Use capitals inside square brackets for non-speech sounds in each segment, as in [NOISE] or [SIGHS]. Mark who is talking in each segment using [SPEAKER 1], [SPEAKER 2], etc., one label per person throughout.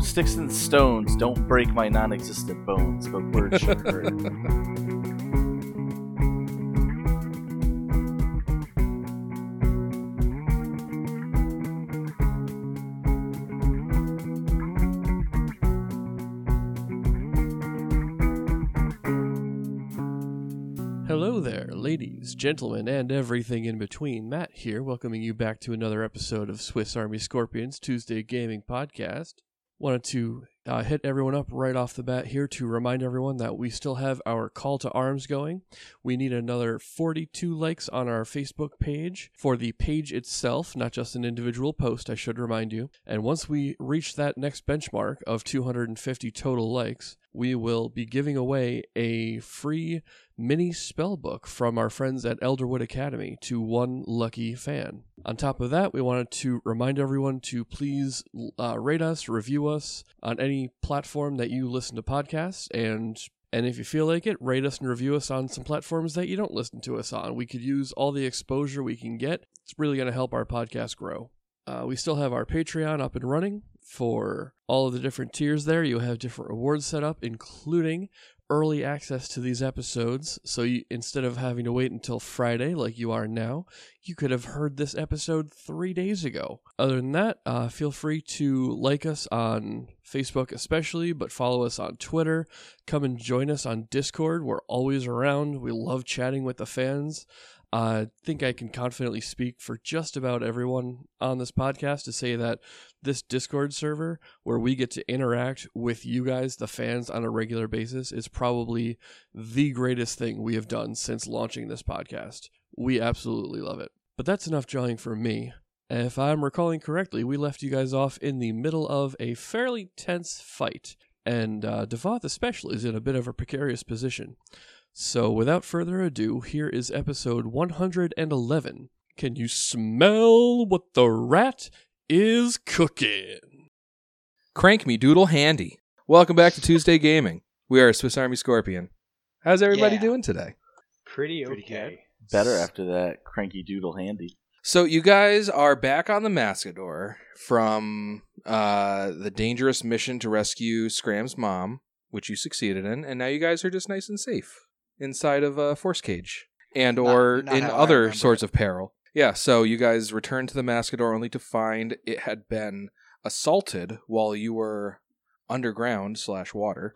[SPEAKER 1] sticks and stones don't break my non existent bones, but words sure hurt.
[SPEAKER 2] Hello there, ladies, gentlemen, and everything in between. Matt here, welcoming you back to another episode of Swiss Army Scorpions Tuesday Gaming Podcast. Wanted to uh, hit everyone up right off the bat here to remind everyone that we still have our call to arms going. We need another 42 likes on our Facebook page for the page itself, not just an individual post, I should remind you. And once we reach that next benchmark of 250 total likes, we will be giving away a free mini spellbook from our friends at Elderwood Academy to one lucky fan. On top of that, we wanted to remind everyone to please uh, rate us, review us on any platform that you listen to podcasts, and and if you feel like it, rate us and review us on some platforms that you don't listen to us on. We could use all the exposure we can get. It's really going to help our podcast grow. Uh, we still have our Patreon up and running for all of the different tiers there. You have different rewards set up, including early access to these episodes. So you, instead of having to wait until Friday like you are now, you could have heard this episode three days ago. Other than that, uh, feel free to like us on Facebook, especially, but follow us on Twitter. Come and join us on Discord. We're always around. We love chatting with the fans. I think I can confidently speak for just about everyone on this podcast to say that this Discord server, where we get to interact with you guys, the fans, on a regular basis, is probably the greatest thing we have done since launching this podcast. We absolutely love it. But that's enough jawing for me. If I'm recalling correctly, we left you guys off in the middle of a fairly tense fight, and uh, Devoth especially is in a bit of a precarious position. So, without further ado, here is episode 111. Can you smell what the rat is cooking?
[SPEAKER 3] Crank me doodle handy. Welcome back to Tuesday Gaming. We are a Swiss Army Scorpion. How's everybody
[SPEAKER 4] Yeah.
[SPEAKER 3] doing today?
[SPEAKER 4] Pretty,
[SPEAKER 1] Pretty
[SPEAKER 4] okay.
[SPEAKER 1] Better after that cranky doodle handy.
[SPEAKER 3] So you guys are back on the Mascador from uh, the dangerous mission to rescue Scram's mom, which you succeeded in, and now you guys are just nice and safe inside of a force cage and
[SPEAKER 4] Not-
[SPEAKER 3] or
[SPEAKER 4] not
[SPEAKER 3] in
[SPEAKER 4] how I
[SPEAKER 3] other
[SPEAKER 4] remember
[SPEAKER 3] sorts
[SPEAKER 4] it.
[SPEAKER 3] of peril. Yeah, so you guys returned to the Mascador only to find it had been assaulted while you were underground slash water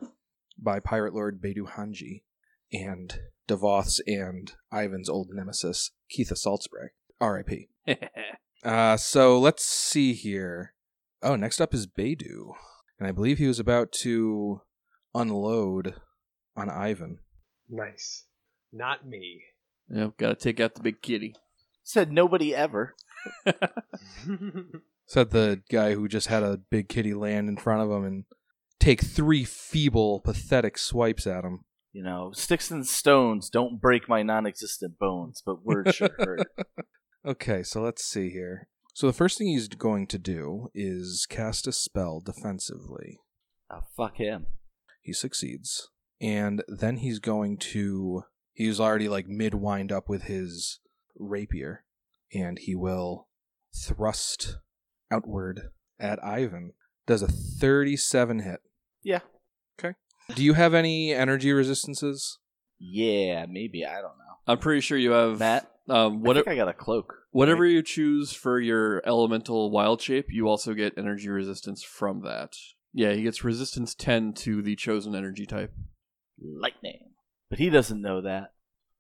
[SPEAKER 3] by Pirate Lord Bedu Hanji and Devoth's and Ivan's old nemesis, Keitha Saltzbray. R.I.P. uh, so let's see here. Oh, next up is Beidou. And I believe he was about to unload on Ivan.
[SPEAKER 4] Nice. Not me. [LAUGHS]
[SPEAKER 2] Yep, gotta take out the big kitty.
[SPEAKER 1] Said nobody ever.
[SPEAKER 3] Said the guy who just had a big kitty land in front of him and take three feeble, pathetic swipes at him.
[SPEAKER 1] You know, sticks and stones don't break my non existent bones, but words sure hurt.
[SPEAKER 3] Okay, so let's see here. So the first thing he's going to do is cast a spell defensively.
[SPEAKER 1] Oh, fuck him.
[SPEAKER 3] he succeeds and then he's going to he's already like mid wind up with his rapier and he will thrust outward at ivan does a 37 hit
[SPEAKER 1] Yeah.
[SPEAKER 3] do you have any energy resistances
[SPEAKER 1] Yeah, maybe. I don't know.
[SPEAKER 2] I'm pretty sure you have
[SPEAKER 1] Matt,
[SPEAKER 2] Um,
[SPEAKER 1] what I,
[SPEAKER 2] whatever
[SPEAKER 1] think I got a cloak.
[SPEAKER 2] whatever you choose for your elemental wild shape, you also get energy resistance from that. Yeah, he gets resistance 10 to the chosen energy type.
[SPEAKER 1] Lightning. But he doesn't know that.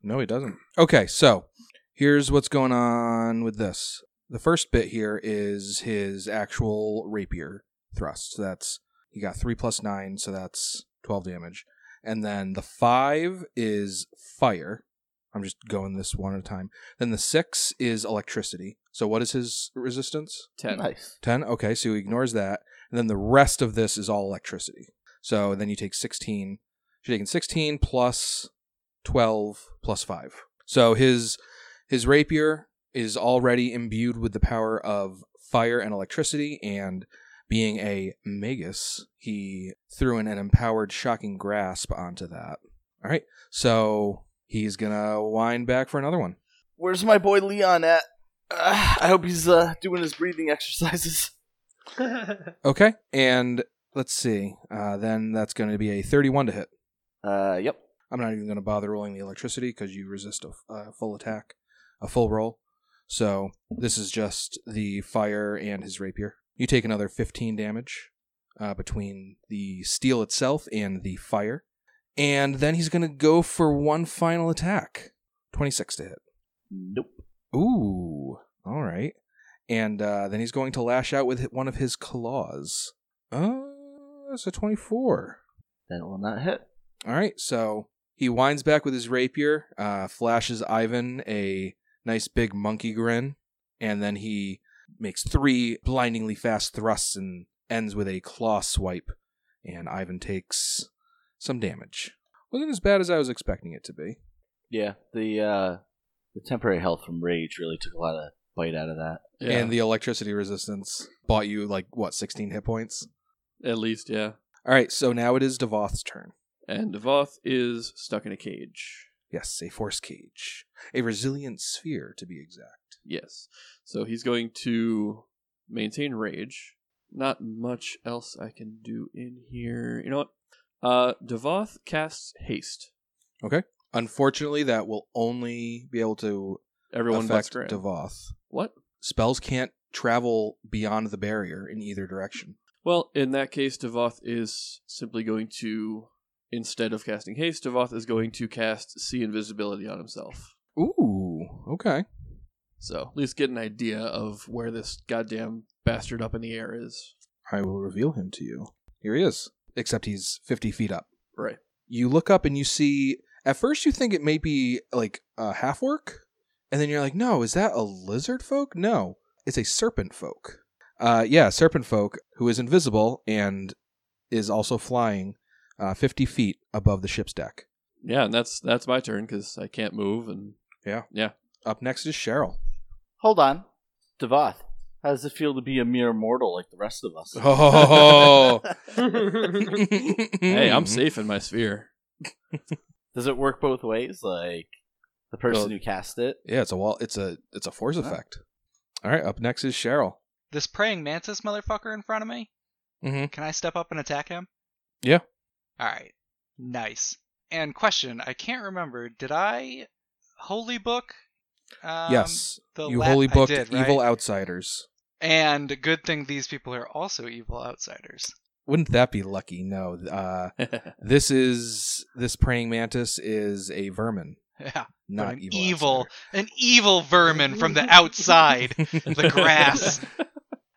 [SPEAKER 3] no he doesn't okay so here's what's going on with this the first bit here is his actual rapier thrust so that's he got 3 plus 9 so that's 12 damage and then the 5 is fire i'm just going this one at a time then the 6 is electricity so what is his resistance
[SPEAKER 2] 10.
[SPEAKER 1] Nice.
[SPEAKER 3] 10 okay so he ignores that and then the rest of this is all electricity so then you take 16 you're taking 16 plus 12 plus 5 so his his rapier is already imbued with the power of fire and electricity and being a magus he threw in an empowered shocking grasp onto that all right so he's gonna wind back for another one
[SPEAKER 1] Where's my boy Leon at? Ah, [LAUGHS] Uh, I hope he's uh, doing his breathing exercises.
[SPEAKER 3] Okay. And Let's see. Uh, then that's going to be a 31 to hit.
[SPEAKER 1] Uh, yep.
[SPEAKER 3] I'm not even going to bother rolling the electricity because you resist a f- a full attack, a full roll. So this is just the fire and his rapier. You take another 15 damage uh, between the steel itself and the fire. And then he's going to go for one final attack 26 to hit.
[SPEAKER 1] Nope.
[SPEAKER 3] Ooh, all right. And uh, then he's going to lash out with one of his claws. Oh, that's a 24.
[SPEAKER 1] That will not hit.
[SPEAKER 3] All right, so he winds back with his rapier, uh, flashes Ivan a nice big monkey grin, and then he makes three blindingly fast thrusts and ends with a claw swipe. And Ivan takes some damage. Wasn't as bad as I was expecting it to be.
[SPEAKER 1] Yeah, the uh, the temporary health from rage really took a lot of bite out of that.
[SPEAKER 2] Yeah,
[SPEAKER 3] And the electricity resistance bought you, like, what, 16 hit points?
[SPEAKER 2] at least, yeah.
[SPEAKER 3] All right, so now it is Devoth's turn.
[SPEAKER 2] And Devoth is stuck in a cage.
[SPEAKER 3] Yes, a force cage. A resilient sphere, to be exact.
[SPEAKER 2] Yes. So he's going to maintain rage. Not much else I can do in here. You know what? Uh, Devoth casts haste.
[SPEAKER 3] Unfortunately, that will only be able to
[SPEAKER 2] Everyone but
[SPEAKER 3] affect
[SPEAKER 2] Scram.
[SPEAKER 3] Devoth.
[SPEAKER 2] what?
[SPEAKER 3] Spells can't travel beyond the barrier in either direction.
[SPEAKER 2] Well, in that case, Devoth is simply going to, instead of casting haste, Devoth is going to cast see invisibility on himself.
[SPEAKER 3] Ooh, okay.
[SPEAKER 2] So at least get an idea of where this goddamn bastard up in the air is.
[SPEAKER 3] I will reveal him to you. Here he is. Except he's 50 feet up.
[SPEAKER 2] Right.
[SPEAKER 3] You look up and you see. At first, you think it may be like a half orc, and then you're like, no, is that a lizard folk? No, it's a serpent folk. Uh, yeah, serpent folk who is invisible and is also flying uh, 50 feet above the ship's deck.
[SPEAKER 2] Yeah, and that's that's my turn because I can't move and
[SPEAKER 3] Up next is Cheryl.
[SPEAKER 1] Hold on, Devoth. How does it feel to be a mere mortal like the rest
[SPEAKER 3] [LAUGHS]
[SPEAKER 1] of us? [LAUGHS]
[SPEAKER 3] Oh.
[SPEAKER 2] hey,
[SPEAKER 3] Mm-hmm.
[SPEAKER 2] I'm safe in my sphere. [LAUGHS]
[SPEAKER 1] Does it work both ways? Like the person
[SPEAKER 3] Well-
[SPEAKER 1] who cast
[SPEAKER 3] [LAUGHS]
[SPEAKER 1] it?
[SPEAKER 3] Yeah, it's a wall. It's a it's a force effect. All right, up next is Cheryl.
[SPEAKER 5] This praying mantis motherfucker in front of me?
[SPEAKER 3] Mm-hmm.
[SPEAKER 5] Can I step up and attack him?
[SPEAKER 3] Yeah.
[SPEAKER 5] Alright. Nice. And question, I can't remember, did I holy book? Um,
[SPEAKER 3] yes,
[SPEAKER 5] the
[SPEAKER 3] you
[SPEAKER 5] la-
[SPEAKER 3] holy
[SPEAKER 5] I
[SPEAKER 3] booked
[SPEAKER 5] did, right?
[SPEAKER 3] evil outsiders.
[SPEAKER 5] And good thing these people are also evil outsiders. [LAUGHS]
[SPEAKER 3] Wouldn't that be lucky? No.
[SPEAKER 1] [LAUGHS]
[SPEAKER 3] Uh, this is this praying mantis is a vermin,
[SPEAKER 5] Yeah.
[SPEAKER 3] not
[SPEAKER 5] an
[SPEAKER 3] evil.
[SPEAKER 5] evil- An evil vermin from the outside.
[SPEAKER 3] outsider.
[SPEAKER 5] the grass.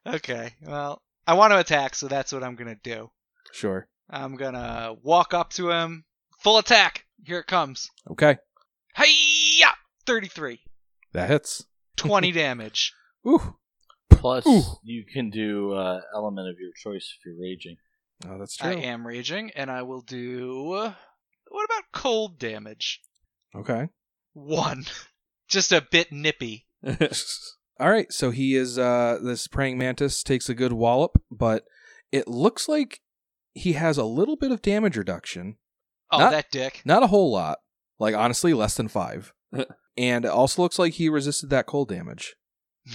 [SPEAKER 5] okay. Well, I want to attack, so that's what I'm going to do.
[SPEAKER 3] [LAUGHS] sure.
[SPEAKER 5] I'm going to walk up to him. Full attack. Here it comes.
[SPEAKER 3] Okay,
[SPEAKER 5] Hiya! 33.
[SPEAKER 3] that hits. [LAUGHS]
[SPEAKER 5] 20 damage.
[SPEAKER 3] Ooh.
[SPEAKER 1] Plus,
[SPEAKER 3] Ooh.
[SPEAKER 1] you can do uh, element of your choice if you're raging.
[SPEAKER 3] Oh, that's
[SPEAKER 5] I
[SPEAKER 3] true.
[SPEAKER 5] am raging, and I will do. What about cold damage?
[SPEAKER 3] Okay.
[SPEAKER 5] One. [LAUGHS] Just a bit nippy.
[SPEAKER 3] All right, so he is uh this praying mantis takes a good wallop, but it looks like he has a little bit of damage reduction.
[SPEAKER 5] Oh,
[SPEAKER 3] Not-
[SPEAKER 5] that dick.
[SPEAKER 3] [LAUGHS] Not a whole lot. Like honestly, less than
[SPEAKER 5] [LAUGHS]
[SPEAKER 3] five. and it also looks like he resisted that cold damage.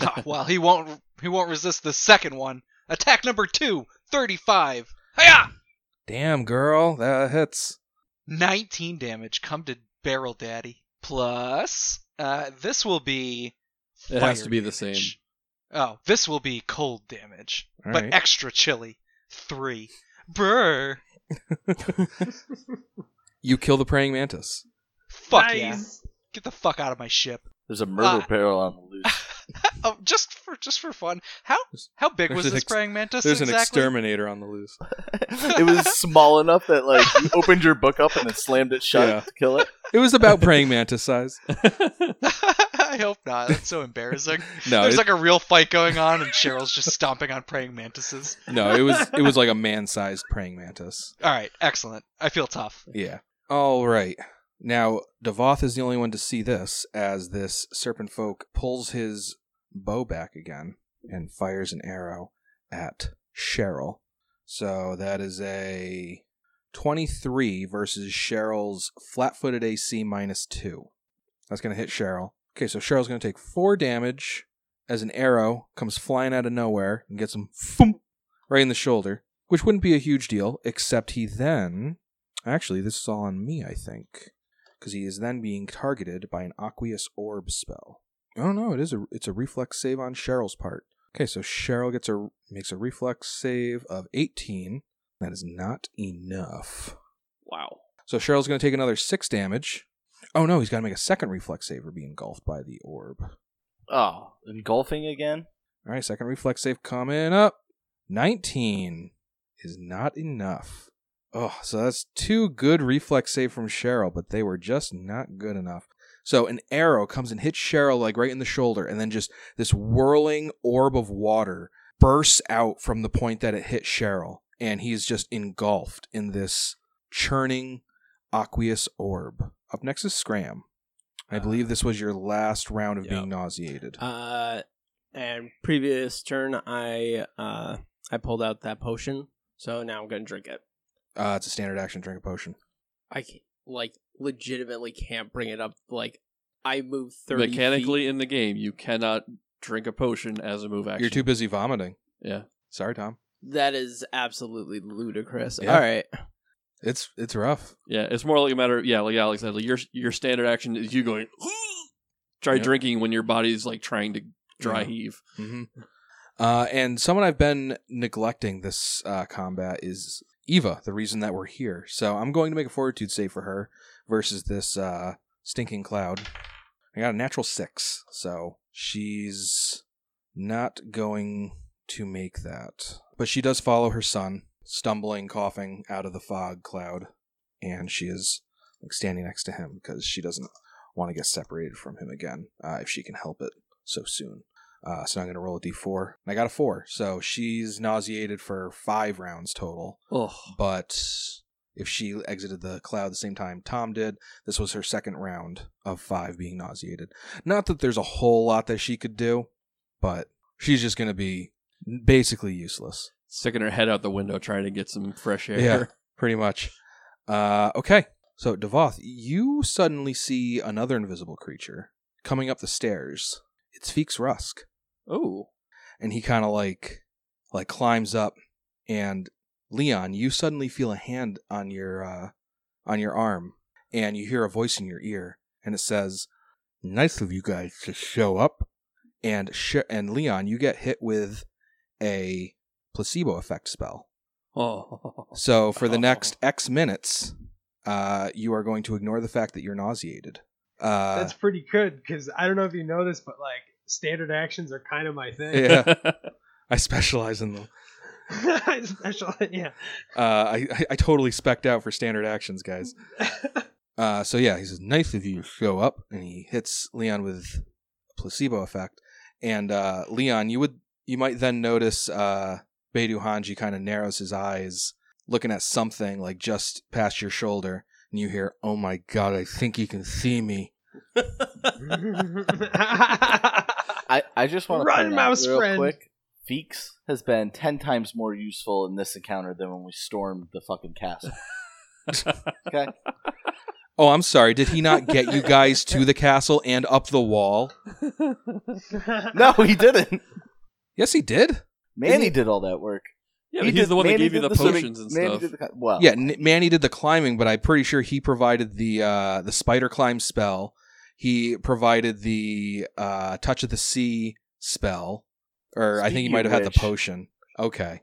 [SPEAKER 5] Ah, well, he won't. He won't resist the second one. Attack number two. 35. Hiya!
[SPEAKER 3] Damn girl, that hits.
[SPEAKER 5] 19 damage. Come to barrel daddy. Plus, uh, this will be.
[SPEAKER 2] It has
[SPEAKER 5] fire
[SPEAKER 2] to be the
[SPEAKER 5] damage.
[SPEAKER 2] same.
[SPEAKER 5] Oh, this will be cold damage,
[SPEAKER 3] All
[SPEAKER 5] but
[SPEAKER 3] right.
[SPEAKER 5] extra chilly. Three. Brr.
[SPEAKER 3] You kill the praying
[SPEAKER 5] [LAUGHS]
[SPEAKER 3] mantis.
[SPEAKER 5] Fuck yeah.
[SPEAKER 4] nice.
[SPEAKER 5] Get the fuck out of my ship. [LAUGHS]
[SPEAKER 1] There's a murder
[SPEAKER 5] Ah.
[SPEAKER 1] barrel on the loose.
[SPEAKER 5] oh, just for just for fun. How
[SPEAKER 3] There's-
[SPEAKER 5] how big
[SPEAKER 3] there's
[SPEAKER 5] was
[SPEAKER 3] an
[SPEAKER 5] this
[SPEAKER 3] ex-
[SPEAKER 5] praying mantis
[SPEAKER 3] There's an
[SPEAKER 5] exactly?
[SPEAKER 3] exterminator on the loose.
[SPEAKER 1] [LAUGHS] it was small enough that like you opened your book up and then slammed it shut
[SPEAKER 3] Yeah.
[SPEAKER 1] to kill it.
[SPEAKER 3] It was about praying mantis
[SPEAKER 5] [LAUGHS]
[SPEAKER 3] size.
[SPEAKER 5] I hope not. That's so embarrassing.
[SPEAKER 3] [LAUGHS] No,
[SPEAKER 5] There's
[SPEAKER 3] it,
[SPEAKER 5] like a real fight going on, and Cheryl's just stomping on praying mantises.
[SPEAKER 3] no, it was it was like a man sized praying mantis.
[SPEAKER 5] All right, excellent. I feel tough. [LAUGHS]
[SPEAKER 3] Yeah. All right. Now Devoth is the only one to see this as this serpent folk pulls his bow back again and fires an arrow at Cheryl. So that is a 23 versus Cheryl's flat-footed AC minus 2. That's going to hit Cheryl. Okay, so Cheryl's going to take 4 damage as an arrow comes flying out of nowhere and gets him thump, right in the shoulder. which wouldn't be a huge deal, except he then. Actually, this is all on me, I think, because he is then being targeted by an aqueous orb spell. Oh no, it is a it's a reflex save on Cheryl's part. Okay, so Cheryl gets a makes a reflex save of 18. That is not enough.
[SPEAKER 2] Wow.
[SPEAKER 3] So Cheryl's going to take another six damage. Oh no, he's got to make a second reflex save or be engulfed by the orb.
[SPEAKER 1] Oh, engulfing again?
[SPEAKER 3] All right, second reflex save coming up. 19 is not enough. Oh, so that's two good reflex save from Cheryl, but they were just not good enough. So an arrow comes and hits Cheryl like right in the shoulder, and then just this whirling orb of water bursts out from the point that it hit Cheryl, and he's just engulfed in this churning aqueous orb. Up next is Scram. I
[SPEAKER 6] Uh,
[SPEAKER 3] believe this was your last round of
[SPEAKER 6] yeah.
[SPEAKER 3] being nauseated.
[SPEAKER 6] Uh, and previous turn, I uh, I pulled out that potion, so now I'm gonna drink it.
[SPEAKER 3] Uh, it's a standard action drink a potion.
[SPEAKER 6] I can't, like legitimately can't bring it up. Like I move thirty
[SPEAKER 2] Mechanically
[SPEAKER 6] feet.
[SPEAKER 2] in the game, you cannot drink a potion as a move action.
[SPEAKER 3] You're too busy vomiting.
[SPEAKER 2] Yeah.
[SPEAKER 3] Sorry, Tom.
[SPEAKER 6] That is absolutely ludicrous.
[SPEAKER 3] Yeah. [LAUGHS]
[SPEAKER 6] All right,
[SPEAKER 3] It's it's rough.
[SPEAKER 2] Yeah, it's more like a matter. Of, yeah, like Alex said, like your your standard action is you going. [GASPS] try
[SPEAKER 3] Yep.
[SPEAKER 2] drinking when your body's like trying to dry
[SPEAKER 3] Yeah.
[SPEAKER 2] heave.
[SPEAKER 3] hmm Uh, and someone I've been neglecting this uh, combat is Eva, the reason that we're here. So I'm going to make a fortitude save for her versus this uh, stinking cloud. I got a natural six, so she's not going to make that. But she does follow her son, stumbling, coughing out of the fog cloud, and she is like standing next to him because she doesn't want to get separated from him again uh, if she can help it so soon. Uh, so I'm going to roll a d4. And I got a 4. So she's nauseated for 5 rounds total.
[SPEAKER 2] Ugh.
[SPEAKER 3] But if she exited the cloud the same time Tom did, this was her second round of 5 being nauseated. Not that there's a whole lot that she could do, but she's just going to be basically useless.
[SPEAKER 2] Sticking her head out the window trying to get some fresh air.
[SPEAKER 3] Yeah, pretty much. Uh, okay. So, Devoth, you suddenly see another invisible creature coming up the stairs. It's Feeks Rusk.
[SPEAKER 2] [LAUGHS] Oh.
[SPEAKER 3] and he kind of like like climbs up and leon you suddenly feel a hand on your uh on your arm and you hear a voice in your ear and it says nice of you guys to show up and sh- and leon you get hit with a placebo effect spell
[SPEAKER 2] Oh.
[SPEAKER 3] so for the
[SPEAKER 2] Oh.
[SPEAKER 3] next x minutes uh you are going to ignore the fact that you're nauseated uh
[SPEAKER 4] That's pretty good because I don't know if you know this, but like standard actions are kind of my
[SPEAKER 3] [LAUGHS]
[SPEAKER 2] [LAUGHS]
[SPEAKER 4] thing.
[SPEAKER 3] yeah i specialize in them
[SPEAKER 4] [LAUGHS] I Special, yeah.
[SPEAKER 3] uh I, I i totally specked out for standard actions guys Uh, so yeah, he says, "Nice of you to show up," and he hits Leon with a placebo effect. And uh, Leon, you would you might then notice uh, Beidou Hanji kind of narrows his eyes, looking at something like just past your shoulder, and you hear, "Oh my god, I think he can see me."
[SPEAKER 1] I, I just want to
[SPEAKER 4] Run,
[SPEAKER 1] point
[SPEAKER 4] mouse
[SPEAKER 1] out real
[SPEAKER 4] friend.
[SPEAKER 1] quick. Feeks has been ten times more useful in this encounter than when we stormed the fucking castle. Okay,
[SPEAKER 3] Oh, I'm sorry. Did he not get you guys to the castle and up the wall?
[SPEAKER 1] no, he didn't.
[SPEAKER 3] [LAUGHS] Yes, he did.
[SPEAKER 1] Manny did all that work.
[SPEAKER 2] yeah, but he's the one that
[SPEAKER 1] Manny
[SPEAKER 2] gave you
[SPEAKER 1] did
[SPEAKER 2] the
[SPEAKER 1] swimming.
[SPEAKER 2] potions and
[SPEAKER 1] Manny
[SPEAKER 2] stuff.
[SPEAKER 1] did the- well,
[SPEAKER 3] Yeah, N- Manny did the climbing, but I'm pretty sure he provided the uh, the spider climb spell. He provided the uh, touch of the sea spell, or I think he
[SPEAKER 1] Speaking
[SPEAKER 3] might
[SPEAKER 1] of
[SPEAKER 3] have had the
[SPEAKER 1] which-
[SPEAKER 3] potion. Okay.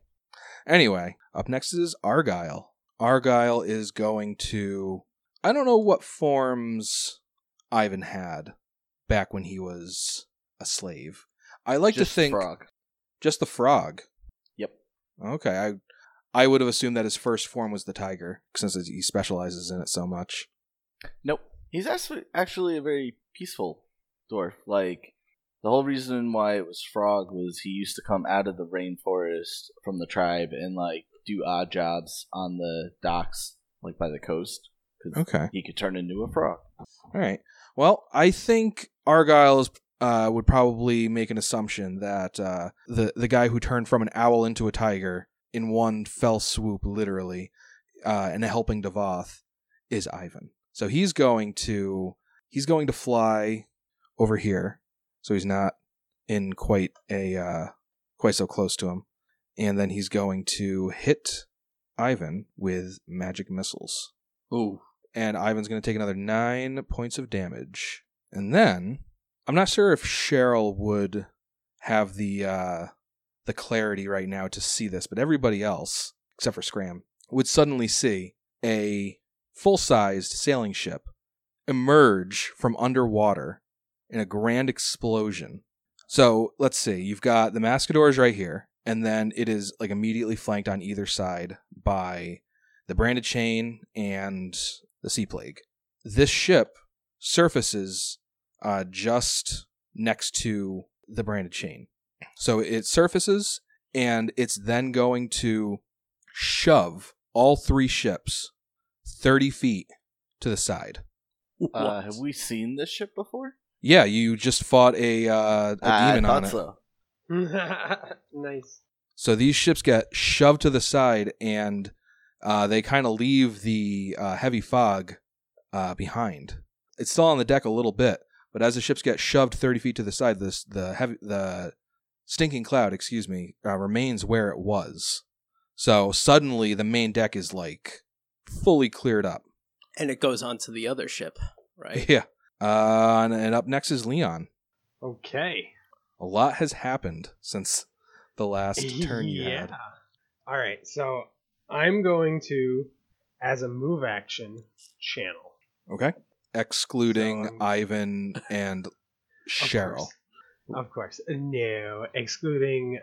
[SPEAKER 3] Anyway, up next is Argyle. Argyle is going to. I don't know what forms Ivan had back when he was a slave. I like
[SPEAKER 1] just
[SPEAKER 3] to think
[SPEAKER 1] frog.
[SPEAKER 3] just the frog.
[SPEAKER 1] Yep.
[SPEAKER 3] Okay, I I would have assumed that his first form was the tiger, since he specializes in it so much.
[SPEAKER 1] Nope. He's actually actually a very peaceful dwarf. Like the whole reason why it was Frog was he used to come out of the rainforest from the tribe and like do odd jobs on the docks, like by the coast.
[SPEAKER 3] Okay,
[SPEAKER 1] He could turn into a frog.
[SPEAKER 3] all right. Well, I think Argyle is, uh, would probably make an assumption that uh, the the guy who turned from an owl into a tiger in one fell swoop, literally, uh, and helping Devoth is Ivan. So he's going to he's going to fly over here, so he's not in quite a uh, quite so close to him, and then he's going to hit Ivan with magic missiles.
[SPEAKER 2] Ooh.
[SPEAKER 3] And Ivan's going to take another nine points of damage. And then I'm not sure if Cheryl would have the uh, the clarity right now to see this, but everybody else, except for Scram, would suddenly see a full sized sailing ship emerge from underwater in a grand explosion. So let's see. You've got the Mascadors right here, and then it is like immediately flanked on either side by the Branded Chain and the Sea Plague. This ship surfaces uh, just next to the Branded Chain. So it surfaces, and it's then going to shove all three ships 30 feet to the side.
[SPEAKER 2] [LAUGHS]
[SPEAKER 1] Uh, have we seen this ship before?
[SPEAKER 3] Yeah, you just fought a, uh, a
[SPEAKER 1] Ah,
[SPEAKER 3] demon
[SPEAKER 1] I
[SPEAKER 3] on
[SPEAKER 1] thought
[SPEAKER 3] it.
[SPEAKER 1] so.
[SPEAKER 4] nice.
[SPEAKER 3] So these ships get shoved to the side, and uh, they kind of leave the uh, heavy fog uh, behind. It's still on the deck a little bit, but as the ships get shoved thirty feet to the side, this the heavy the stinking cloud, excuse me, uh, remains where it was. So suddenly, the main deck is like fully cleared up. [LAUGHS]
[SPEAKER 6] And it goes on to the other ship,
[SPEAKER 1] [LAUGHS]
[SPEAKER 6] right?
[SPEAKER 3] Yeah, uh, and, and up next is Leon.
[SPEAKER 4] Okay.
[SPEAKER 3] A lot has happened since the last turn you
[SPEAKER 4] yeah.
[SPEAKER 3] had.
[SPEAKER 4] All right. So I'm going to, as a move action, channel.
[SPEAKER 3] Okay. Excluding
[SPEAKER 4] So, [LAUGHS] um,
[SPEAKER 3] Ivan and
[SPEAKER 4] Of
[SPEAKER 3] Cheryl.
[SPEAKER 4] course. Of course. No, excluding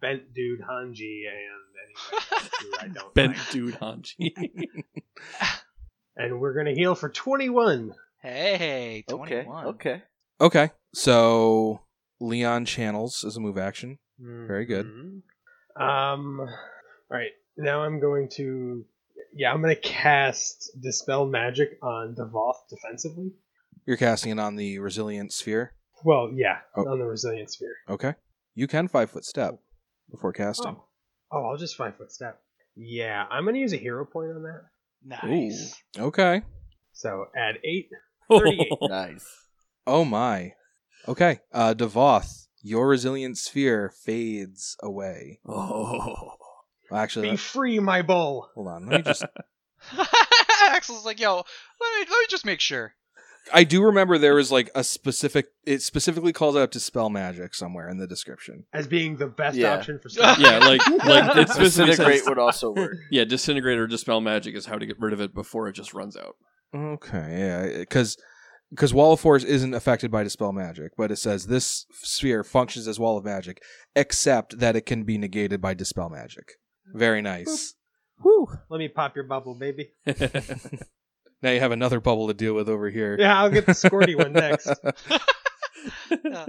[SPEAKER 4] bent dude Hanji and anybody else [LAUGHS] who I don't
[SPEAKER 1] [LAUGHS]
[SPEAKER 2] Bent
[SPEAKER 4] like.
[SPEAKER 2] dude Hanji. [LAUGHS]
[SPEAKER 4] And we're gonna heal for 21.
[SPEAKER 5] Hey,
[SPEAKER 1] Okay.
[SPEAKER 5] 21.
[SPEAKER 1] Okay.
[SPEAKER 3] Okay. So Leon channels is a move action. Very good.
[SPEAKER 4] Mhm. Um. All right. Now I'm going to. Yeah, I'm gonna cast dispel magic on Devoth defensively.
[SPEAKER 3] You're casting it on the resilient sphere.
[SPEAKER 4] Well, yeah,
[SPEAKER 3] Oh.
[SPEAKER 4] on the resilient sphere.
[SPEAKER 3] Okay. You can five foot step before casting.
[SPEAKER 4] Oh. oh, I'll just five foot step. Yeah, I'm gonna use a hero point on that.
[SPEAKER 5] Nice.
[SPEAKER 4] Oh.
[SPEAKER 3] Okay.
[SPEAKER 4] So add eight.
[SPEAKER 1] Nice.
[SPEAKER 3] Oh my. Okay. Uh Devoth, your resilient sphere fades away.
[SPEAKER 2] oh.
[SPEAKER 3] Well, actually,
[SPEAKER 4] Be
[SPEAKER 3] that-
[SPEAKER 4] free, my bull.
[SPEAKER 3] hold on. Let me just
[SPEAKER 5] [LAUGHS] Axel's like, yo, let me, let me just
[SPEAKER 1] [LAUGHS]
[SPEAKER 5] make sure.
[SPEAKER 3] I do remember there was like a specific it specifically calls out to spell magic somewhere in the description.
[SPEAKER 4] As being the best
[SPEAKER 1] Yeah.
[SPEAKER 4] option
[SPEAKER 2] [LAUGHS]
[SPEAKER 4] for stealth.
[SPEAKER 2] Yeah, like like
[SPEAKER 4] [LAUGHS]
[SPEAKER 6] [LAUGHS]
[SPEAKER 2] it's specifically
[SPEAKER 1] Disintegrate
[SPEAKER 2] says,
[SPEAKER 1] would also work.
[SPEAKER 2] Yeah, disintegrate or dispel magic is how to get rid of it before it just runs out.
[SPEAKER 3] Okay, yeah, because because wall of force isn't affected by dispel magic, but it says this sphere functions as wall of magic, except that it can be negated by dispel magic. Very nice. [LAUGHS]
[SPEAKER 6] Woo.
[SPEAKER 4] Let me pop your bubble, baby.
[SPEAKER 3] Now you have another bubble to deal with over here.
[SPEAKER 4] Yeah, I'll get the squirty
[SPEAKER 3] [LAUGHS]
[SPEAKER 4] one next.
[SPEAKER 5] Uh,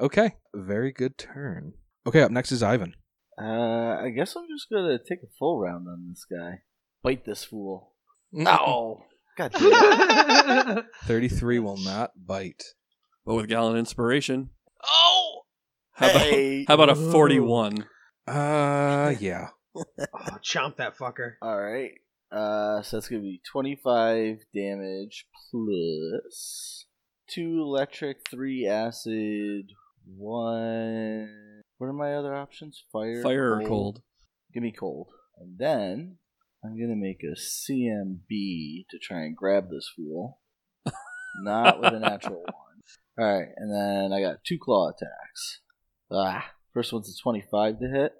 [SPEAKER 3] okay, very good turn. Okay, up next is Ivan.
[SPEAKER 1] Uh, I guess I'm just gonna take a full round on this guy. Bite this fool. [LAUGHS] God damn it.
[SPEAKER 2] [LAUGHS]
[SPEAKER 4] Oh,
[SPEAKER 3] thirty-three will not bite.
[SPEAKER 2] But with Gallon Inspiration,
[SPEAKER 5] oh!
[SPEAKER 2] how about,
[SPEAKER 1] Hey.
[SPEAKER 2] [LAUGHS] how about a 41?
[SPEAKER 4] [LAUGHS]
[SPEAKER 3] Uh, yeah.
[SPEAKER 4] oh, chomp that fucker.
[SPEAKER 1] All right. Uh, so that's gonna be 25 damage plus two electric, three acid, one. What are my other options? Fire,
[SPEAKER 2] Fire or cold?
[SPEAKER 3] [LAUGHS]
[SPEAKER 2] [LAUGHS]
[SPEAKER 1] Give me cold, and then I'm gonna make a CMB to try and grab this
[SPEAKER 3] [LAUGHS]
[SPEAKER 1] fool. Not with a natural one. All right, and then I got two claw attacks. Ah, first one's a 25 to hit.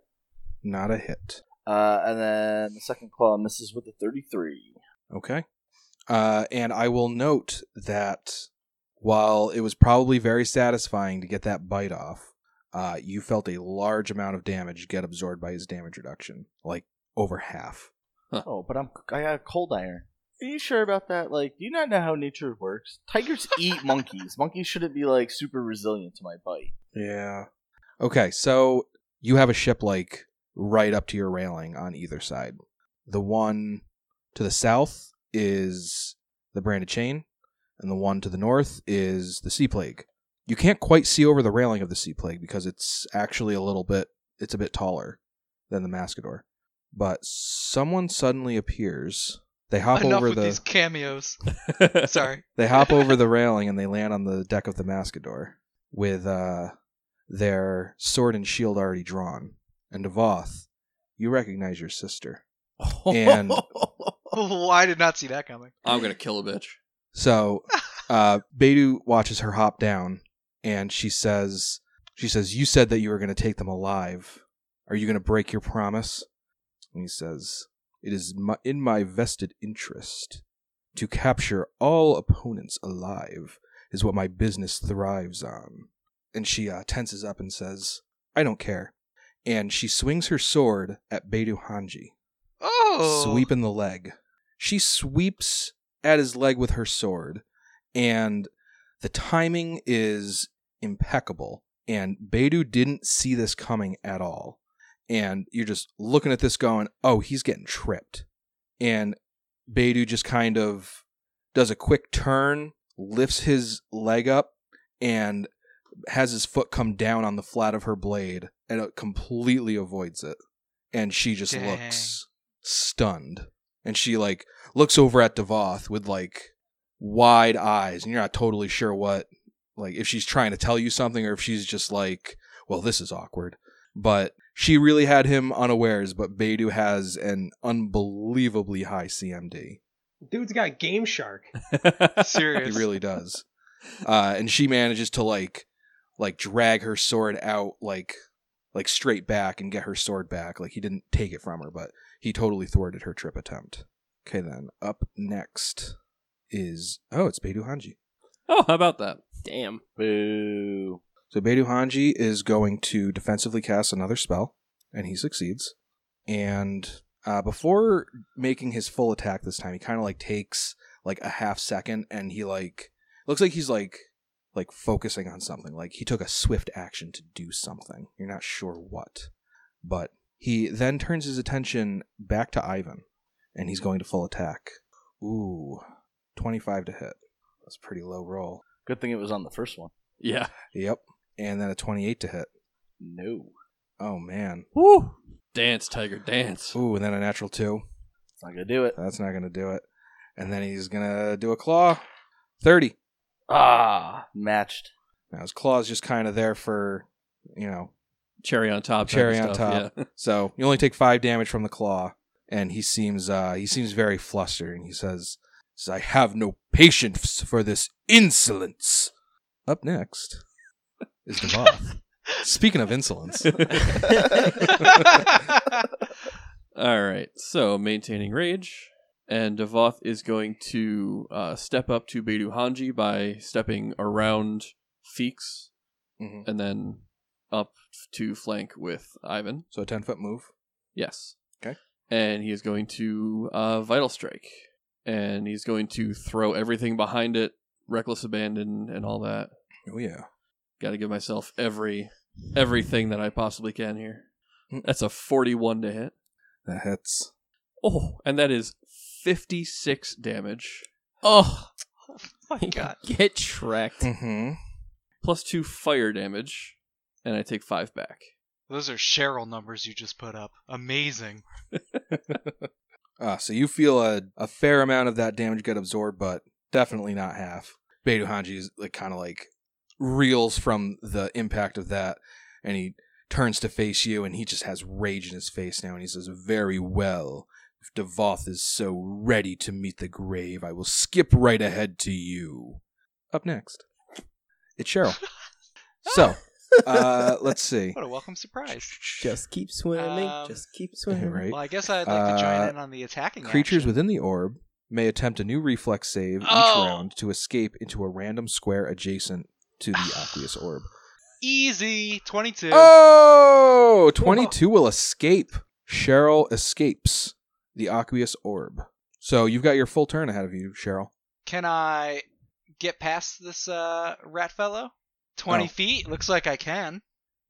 [SPEAKER 3] Not a hit.
[SPEAKER 1] Uh, and then the second claw misses with a 33.
[SPEAKER 3] Okay. Uh, and I will note that while it was probably very satisfying to get that bite off, uh, you felt a large amount of damage get absorbed by his damage reduction, like over half.
[SPEAKER 1] Oh, but I'm I got a cold iron. Are you sure about that? Like, do you not know how nature works?
[SPEAKER 3] [LAUGHS]
[SPEAKER 1] Tigers eat monkeys. Monkeys shouldn't be like super resilient to my bite. [LAUGHS]
[SPEAKER 3] Yeah. Okay, so you have a ship like right up to your railing on either side. The one to the south is the branded chain, and the one to the north is the sea plague. You can't quite see over the railing of the sea plague because it's actually a little bit it's a bit taller than the Mascador. But someone suddenly appears. They hop
[SPEAKER 5] Enough
[SPEAKER 3] over
[SPEAKER 5] with
[SPEAKER 3] the [LAUGHS]
[SPEAKER 5] these cameos. Sorry. [LAUGHS]
[SPEAKER 3] they hop over the railing and they land on the deck of the Mascador with uh, their sword and shield already drawn. And Devoth, You recognize your sister. And-
[SPEAKER 5] Oh, I did not see that coming.
[SPEAKER 7] I'm gonna kill a
[SPEAKER 3] [LAUGHS]
[SPEAKER 7] bitch.
[SPEAKER 3] So uh Beidou watches her hop down and she says she says, You said that you were gonna take them alive. Are you gonna break your promise? And he says, It is my, in my vested interest to capture all opponents alive is what my business thrives on. And she uh, tenses up and says, I don't care. And she swings her sword at Beidou Hanji
[SPEAKER 5] Oh,
[SPEAKER 3] sweeping [LAUGHS] the leg. She sweeps at his leg with her sword, and the timing is impeccable. And Beidou didn't see this coming at all. And you're just looking at this going, oh, he's getting tripped. And Beidou just kind of does a quick turn, lifts his leg up, and has his foot come down on the flat of her blade, and it completely avoids it. And she just
[SPEAKER 5] Dang.
[SPEAKER 3] looks stunned. And she like looks over at Devoth with like wide eyes, and you're not totally sure what like if she's trying to tell you something or if she's just like, well, this is awkward. But she really had him unawares, but Beidou has an unbelievably high CMD.
[SPEAKER 4] Dude's got Game Shark. [LAUGHS]
[SPEAKER 3] He
[SPEAKER 5] [LAUGHS] serious. [LAUGHS]
[SPEAKER 3] really does. Uh, and she manages to like like drag her sword out like like straight back and get her sword back. Like he didn't take it from her, but he totally thwarted her trip attempt. Okay then. Up next is oh, it's Beidou Hanji.
[SPEAKER 2] Oh, how about that?
[SPEAKER 6] Damn.
[SPEAKER 1] Boo.
[SPEAKER 3] So Beidou Hanji is going to defensively cast another spell, and he succeeds. And uh, before making his full attack this time, he kind of like takes like a half second, and he like looks like he's like like focusing on something. Like he took a swift action to do something. You're not sure what, but he then turns his attention back to Ivan, and he's going to full attack. Ooh, twenty-five to hit. That's a pretty low roll.
[SPEAKER 1] Good thing it was on the first one.
[SPEAKER 2] Yeah.
[SPEAKER 3] Yep, and then a twenty-eight to hit.
[SPEAKER 1] No.
[SPEAKER 3] Oh man.
[SPEAKER 2] Woo! Dance, Tiger, dance.
[SPEAKER 3] Ooh, and then a natural two.
[SPEAKER 1] It's not gonna do it.
[SPEAKER 3] That's not gonna do it. And then he's gonna do a claw. Thirty.
[SPEAKER 1] Ah, matched.
[SPEAKER 3] Now his claw's just kind of there for you know.
[SPEAKER 2] Cherry on top. type
[SPEAKER 3] Cherry
[SPEAKER 2] of
[SPEAKER 3] on
[SPEAKER 2] stuff, Yeah.
[SPEAKER 3] So you only take five damage from the claw, and he seems uh he seems very flustered, and he says, says "I have no patience for this insolence." Up next is Devoth. Speaking of insolence,
[SPEAKER 5] Oh
[SPEAKER 2] All right. So maintaining rage, and Devoth is going to uh, step up to Beidou Hanji by stepping around Feeks
[SPEAKER 3] Mhm.
[SPEAKER 2] and then up to flank with Ivan.
[SPEAKER 3] so a ten foot move.
[SPEAKER 2] Yes.
[SPEAKER 3] Okay.
[SPEAKER 2] And he is going to uh, vital strike, and he's going to throw everything behind it, reckless abandon, and all that.
[SPEAKER 3] Oh yeah.
[SPEAKER 2] Got to give myself every everything that I possibly can here. That's a forty-one to hit.
[SPEAKER 3] That hits.
[SPEAKER 2] Oh, and that is 56 damage, [LAUGHS]
[SPEAKER 6] Oh,
[SPEAKER 3] [LAUGHS]
[SPEAKER 5] oh my god. Hmm.
[SPEAKER 6] Get Shreked.
[SPEAKER 3] Mm-hmm.
[SPEAKER 2] plus two fire damage, and I take five back.
[SPEAKER 5] Those are Cheryl numbers you just put up. Amazing.
[SPEAKER 3] Ah, so you feel a, a fair amount of that damage get absorbed, but definitely not half. Beidou Hanji is like kind of like reels from the impact of that, and he turns to face you, and he just has rage in his face now, and he says, "Very well, if Devoth is so ready to meet the grave, I will skip right ahead to you." Up next, it's Cheryl. so, uh, let's see.
[SPEAKER 5] What a welcome surprise.
[SPEAKER 6] Just keep swimming.
[SPEAKER 5] Um,
[SPEAKER 6] just keep swimming.
[SPEAKER 3] Right.
[SPEAKER 5] Well, I guess I'd like to
[SPEAKER 3] Uh,
[SPEAKER 5] join in on the attacking
[SPEAKER 3] Creatures
[SPEAKER 5] action.
[SPEAKER 3] within the orb may attempt a new reflex save
[SPEAKER 5] Oh.
[SPEAKER 3] each round to escape into a random square adjacent to the
[SPEAKER 5] [SIGHS]
[SPEAKER 3] aqueous orb.
[SPEAKER 5] easy twenty-two.
[SPEAKER 3] Oh! 22 will escape. Cheryl escapes the aqueous orb. So you've got your full turn ahead of you, Cheryl.
[SPEAKER 5] Can I get past this uh, rat fellow? Twenty
[SPEAKER 3] Oh.
[SPEAKER 5] feet. Looks like I can.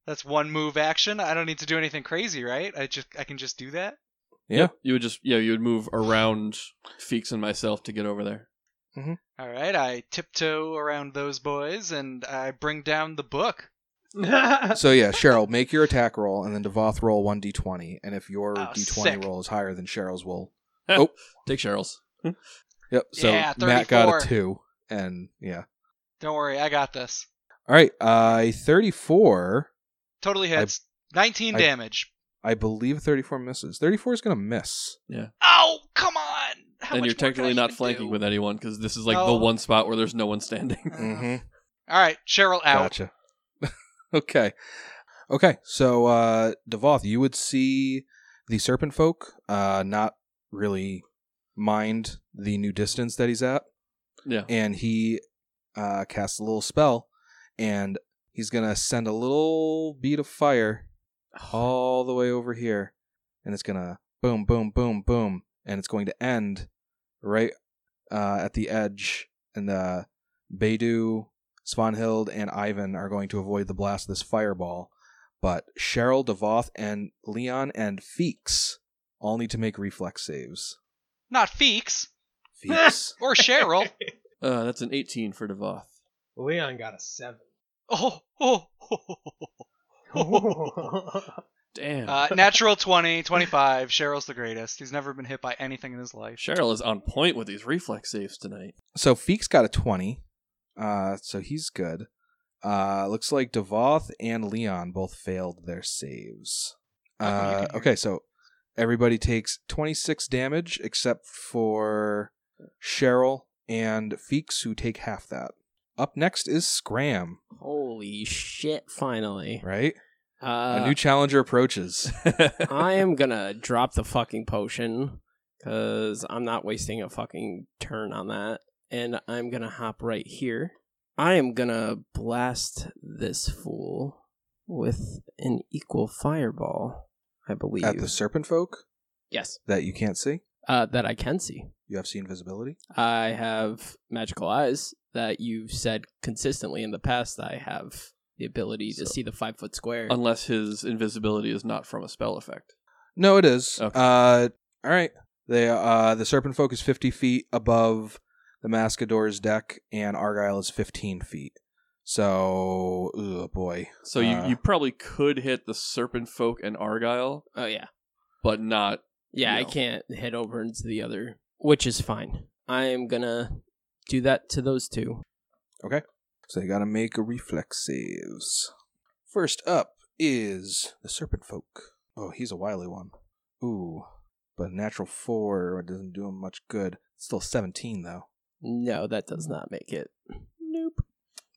[SPEAKER 5] That's one move action. I don't need to do anything crazy, right? I just I can just do that.
[SPEAKER 3] Yeah.
[SPEAKER 2] You would just, yeah, you would move around Feeks and myself to get over there.
[SPEAKER 5] All right. I tiptoe around those boys and I bring down the book.
[SPEAKER 3] So yeah, Cheryl, make your attack roll, and then Devoth roll 1d20. And if your
[SPEAKER 5] Oh,
[SPEAKER 3] d20
[SPEAKER 5] sick.
[SPEAKER 3] roll is higher than Cheryl's, will.
[SPEAKER 2] Take Cheryl's.
[SPEAKER 3] Yep. So
[SPEAKER 5] Yeah,
[SPEAKER 3] Matt got
[SPEAKER 5] 34.
[SPEAKER 3] a 2. And yeah.
[SPEAKER 5] Don't worry, I got this.
[SPEAKER 3] All right. Uh, 34.
[SPEAKER 5] Totally hits. Nineteen
[SPEAKER 3] I-
[SPEAKER 5] damage.
[SPEAKER 3] I believe 34 misses. 34 is going to miss.
[SPEAKER 5] Oh, come on! How
[SPEAKER 2] and
[SPEAKER 5] much
[SPEAKER 2] you're
[SPEAKER 5] more can I
[SPEAKER 2] technically not
[SPEAKER 5] even
[SPEAKER 2] flanking
[SPEAKER 5] do? Oh.
[SPEAKER 2] with anyone because this is like the
[SPEAKER 5] No.
[SPEAKER 2] one spot where there's no one standing. [LAUGHS]
[SPEAKER 3] Mm-hmm.
[SPEAKER 5] Uh, All right, Cheryl out.
[SPEAKER 3] Gotcha. [LAUGHS] okay. Okay. So, uh, Devoth, you would see the serpent folk uh, not really mind the new distance that he's at.
[SPEAKER 2] yeah.
[SPEAKER 3] and he uh, casts a little spell, and he's gonna send a little bead of fire all the way over here, and it's gonna boom, boom, boom, boom, and it's going to end right uh, at the edge, and uh, Beidou, Svanhild, and Ivan are going to avoid the blast of this fireball, but Cheryl, Devoth, and Leon and Feeks all need to make reflex saves.
[SPEAKER 5] Not Feeks
[SPEAKER 3] Feeks. [LAUGHS]
[SPEAKER 5] or Cheryl.
[SPEAKER 2] Uh, that's an 18 for Devoth.
[SPEAKER 4] Leon got a seven. [LAUGHS]
[SPEAKER 5] oh, oh,
[SPEAKER 2] Damn.
[SPEAKER 5] Uh,
[SPEAKER 2] [LAUGHS]
[SPEAKER 5] natural 20, 25. Cheryl's the greatest. He's never been hit by anything in
[SPEAKER 2] [LAUGHS]
[SPEAKER 5] his life.
[SPEAKER 2] Cheryl is on point with these reflex saves tonight.
[SPEAKER 3] So Feek's got a 20. Uh, so he's good. Uh, looks like Devoth and Leon both failed their saves.
[SPEAKER 5] Oh, you
[SPEAKER 3] Uh,
[SPEAKER 5] can hear
[SPEAKER 3] okay, so everybody takes 26 damage except for Cheryl and Feeks, who take half that. Up next is Scram,
[SPEAKER 6] Holy shit! Finally,
[SPEAKER 3] right? a
[SPEAKER 6] uh,
[SPEAKER 3] new challenger
[SPEAKER 5] [LAUGHS]
[SPEAKER 3] approaches.
[SPEAKER 6] I am gonna drop the fucking potion because I'm not wasting a fucking turn on that, and I'm gonna hop right here. I am gonna blast this fool with an equal fireball. I believe
[SPEAKER 3] At the serpent folk
[SPEAKER 6] yes
[SPEAKER 3] that you can't see,
[SPEAKER 6] uh, that I can see.
[SPEAKER 3] you have seen visibility.
[SPEAKER 6] I have magical eyes that you've said consistently in the past. I have the ability to
[SPEAKER 2] So-
[SPEAKER 6] see the five foot square.
[SPEAKER 2] Unless his invisibility is not from a spell effect.
[SPEAKER 3] No, it is.
[SPEAKER 2] Okay.
[SPEAKER 3] Uh, all right. They uh, the serpent folk is fifty feet above the Mascador's deck, and Argyle is fifteen feet. So, oh boy.
[SPEAKER 2] So you,
[SPEAKER 3] Uh.
[SPEAKER 2] you probably could hit the Serpent Folk and Argyle,
[SPEAKER 6] oh yeah,
[SPEAKER 2] but not.
[SPEAKER 6] yeah. I
[SPEAKER 2] No.
[SPEAKER 6] can't head over into the other, which is fine. I am gonna do that to those two.
[SPEAKER 3] So they gotta make a reflex saves. First up is the serpent folk. Oh, he's a wily one. Ooh, but a natural four doesn't do him much good. Still seventeen though.
[SPEAKER 6] No, that does not make it. Nope.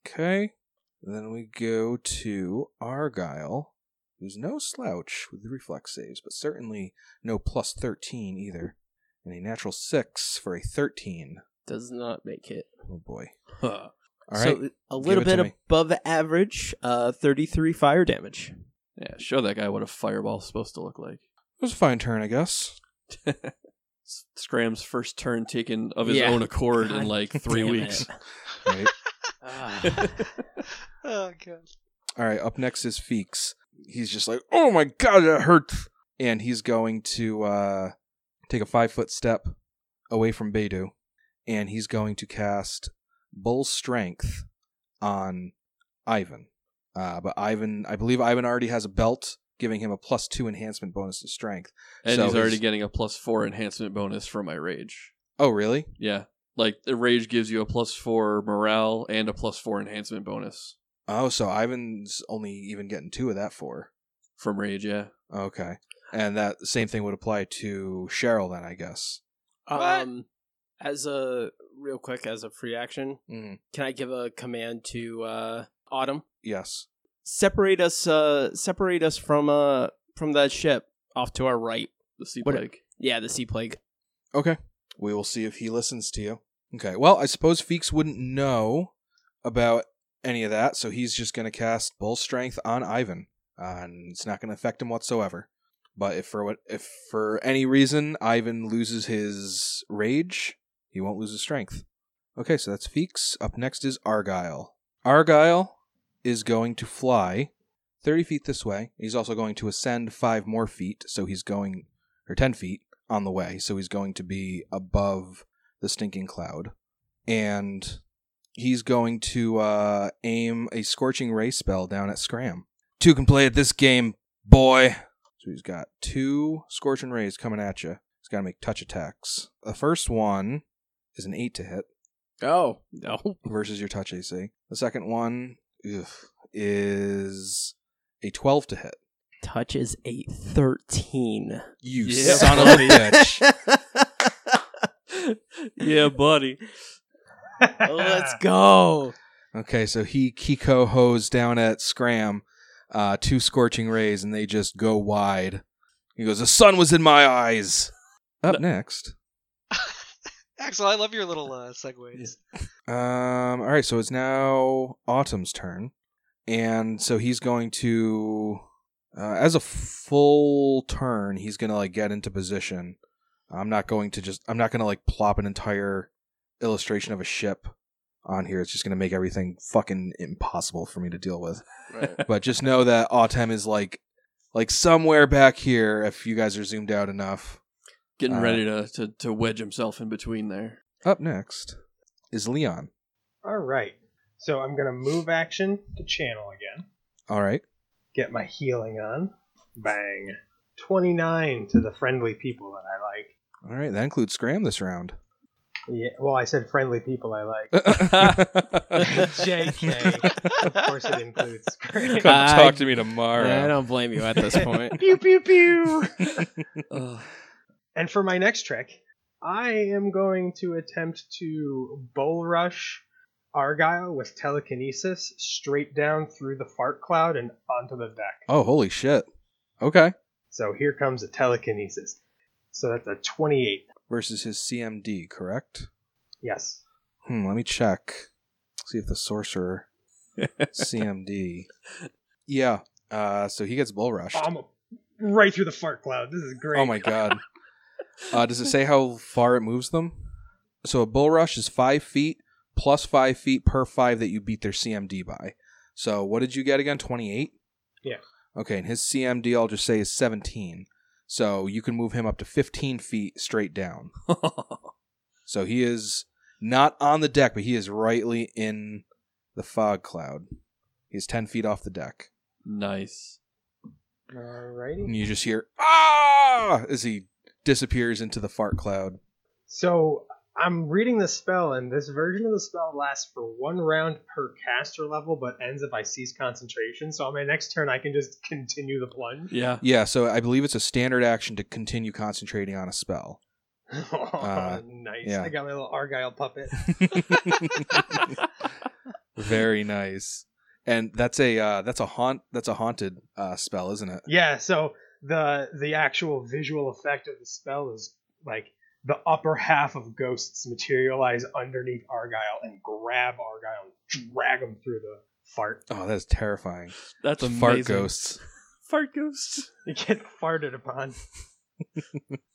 [SPEAKER 3] Okay. Then we go to Argyle, who's no slouch with the reflex saves, but certainly no plus 13 either. And a natural 6 for a 13.
[SPEAKER 6] Does not make it.
[SPEAKER 3] Oh boy.
[SPEAKER 2] Huh.
[SPEAKER 3] All right.
[SPEAKER 6] So a
[SPEAKER 3] give
[SPEAKER 6] little
[SPEAKER 3] it to
[SPEAKER 6] bit
[SPEAKER 3] me.
[SPEAKER 6] above average. Uh, thirty three fire damage.
[SPEAKER 2] Yeah, show that guy what a fireball's supposed to look like.
[SPEAKER 3] it was a fine turn, I guess.
[SPEAKER 2] S- Scram's first turn taken of his
[SPEAKER 6] Yeah.
[SPEAKER 2] own accord
[SPEAKER 6] [LAUGHS] God
[SPEAKER 2] in like three
[SPEAKER 6] damn
[SPEAKER 2] weeks.
[SPEAKER 6] it.
[SPEAKER 3] Right?
[SPEAKER 6] [LAUGHS] Ah.
[SPEAKER 5] Oh, God.
[SPEAKER 3] All right. Up next is Feeks. He's just like, oh my god, that hurts. And he's going to uh, take a five foot step away from Beidou, and he's going to cast Bull Strength on Ivan. Uh, but Ivan, I believe Ivan already has a belt, giving him a plus two enhancement bonus to strength.
[SPEAKER 2] And
[SPEAKER 3] So
[SPEAKER 2] he's already
[SPEAKER 3] he's-
[SPEAKER 2] getting a plus four enhancement bonus from my rage.
[SPEAKER 3] Oh, really?
[SPEAKER 2] Yeah. Like the rage gives you a plus four morale and a plus four enhancement bonus
[SPEAKER 3] Oh, so Ivan's only even getting two of that four.
[SPEAKER 2] from rage, yeah.
[SPEAKER 3] Okay. And that same thing would apply to Cheryl, then, I guess.
[SPEAKER 5] What?
[SPEAKER 6] Um, as a real quick as a free action,
[SPEAKER 3] Mm,
[SPEAKER 6] can I give a command to uh, Autumn?
[SPEAKER 3] yes.
[SPEAKER 6] Separate us. Uh, separate us from uh from that ship off to our right.
[SPEAKER 2] The sea
[SPEAKER 6] What-
[SPEAKER 2] plague.
[SPEAKER 6] Yeah, the sea plague.
[SPEAKER 3] Okay. We will see if he listens to you. Okay. Well, I suppose Feeks wouldn't know about any of that, so he's just going to cast Bull Strength on Ivan, uh, and it's not going to affect him whatsoever. But if for what if for any reason Ivan loses his rage, he won't lose his strength. Okay, so that's Feeks. Up next is Argyle. Argyle is going to fly 30 feet this way. He's also going to ascend 5 more feet, so he's going or 10 feet on the way, so he's going to be above the stinking cloud. And he's going to uh, aim a Scorching Ray spell down at Scram. Two can play at this game, boy. So he's got two Scorching Rays coming at you. He's got to make touch attacks. The first one is an 8 to hit
[SPEAKER 6] Oh no! [LAUGHS]
[SPEAKER 3] versus your touch AC. The second one ugh, is a 12 to hit
[SPEAKER 6] Touch is a [LAUGHS] 13.
[SPEAKER 3] You
[SPEAKER 2] Yeah.
[SPEAKER 3] son of a bitch.
[SPEAKER 6] yeah, [LAUGHS] buddy. Let's [LAUGHS] go.
[SPEAKER 3] Okay, so he Kiko hoes down at Scram, uh, two scorching rays, and they just go wide. He goes, The sun was in my eyes. Up next.
[SPEAKER 5] [LAUGHS] Axel, I love your little uh, segues.
[SPEAKER 3] Um, all right, so it's now Autumn's turn. And so he's going to, uh, as a full turn, he's going to like get into position. I'm not going to just, I'm not going to like plop an entire illustration of a ship on here. It's just going to make everything fucking impossible for me to deal with.
[SPEAKER 1] Right.
[SPEAKER 3] but just know that Autem is like like somewhere back here if you guys are zoomed out enough.
[SPEAKER 2] Getting
[SPEAKER 3] Uh,
[SPEAKER 2] ready to, to, to wedge himself in between there.
[SPEAKER 3] Up next is Leon.
[SPEAKER 4] All right. So I'm gonna move action to channel again.
[SPEAKER 3] All right.
[SPEAKER 4] Get my healing on. Bang. Twenty nine to the friendly people that I like.
[SPEAKER 3] All right, that includes Scram this round. [LAUGHS]
[SPEAKER 4] Yeah. Well, I said friendly people I like.
[SPEAKER 3] [LAUGHS] JK.
[SPEAKER 4] Of course, it includes.
[SPEAKER 3] Come
[SPEAKER 4] Scram.
[SPEAKER 3] talk to me tomorrow.
[SPEAKER 6] I don't
[SPEAKER 2] [LAUGHS]
[SPEAKER 6] blame you at this [LAUGHS] point.
[SPEAKER 4] pew pew pew.
[SPEAKER 2] Ugh.
[SPEAKER 4] And for my next trick, I am going to attempt to bull rush Argyle with telekinesis straight down through the fart cloud and onto the deck.
[SPEAKER 3] oh, holy shit. Okay.
[SPEAKER 4] So here comes a telekinesis. So that's a 28.
[SPEAKER 3] Versus his CMD, correct?
[SPEAKER 4] Yes.
[SPEAKER 3] Hmm, let me check. See if the [LAUGHS] sorcerer CMD. Yeah. Uh, so he gets bull rushed.
[SPEAKER 4] I'm right through the fart cloud. This is great.
[SPEAKER 3] Oh my god. uh, does it say how far it moves them? So a bull rush is five feet plus five feet per five that you beat their CMD by. So what did you get again? Twenty eight.
[SPEAKER 4] Yeah.
[SPEAKER 3] Okay, and his CMD I'll just say is seventeen. So you can move him up to fifteen feet straight down. So he is not on the deck, but he is rightly in the fog cloud. He's ten feet off the deck.
[SPEAKER 2] [LAUGHS] nice.
[SPEAKER 4] Alrighty.
[SPEAKER 3] And you just hear ah as he disappears into the fart cloud.
[SPEAKER 4] So I'm reading the spell, and this version of the spell lasts for one round per caster level, but ends if I cease concentration. So on my next turn, I can just [LAUGHS] continue the plunge. [LAUGHS]
[SPEAKER 2] Yeah.
[SPEAKER 3] Yeah, so I believe it's a standard action to continue concentrating on a spell. Uh,
[SPEAKER 4] Oh, nice.
[SPEAKER 3] yeah.
[SPEAKER 4] I got my little
[SPEAKER 2] [LAUGHS]
[SPEAKER 4] Argyle puppet.
[SPEAKER 3] Very nice. And that's a uh, that's a haunt that's a haunted uh, spell, isn't it?
[SPEAKER 4] yeah, so the the actual visual effect of the spell is like the upper half of ghosts materialize underneath Argyle and grab Argyle and drag him through the fart.
[SPEAKER 3] Oh,
[SPEAKER 4] [LAUGHS]
[SPEAKER 3] that is terrifying.
[SPEAKER 2] That's
[SPEAKER 3] The
[SPEAKER 2] amazing.
[SPEAKER 3] fart ghosts.
[SPEAKER 2] [LAUGHS] Fart ghosts.
[SPEAKER 4] You get farted upon.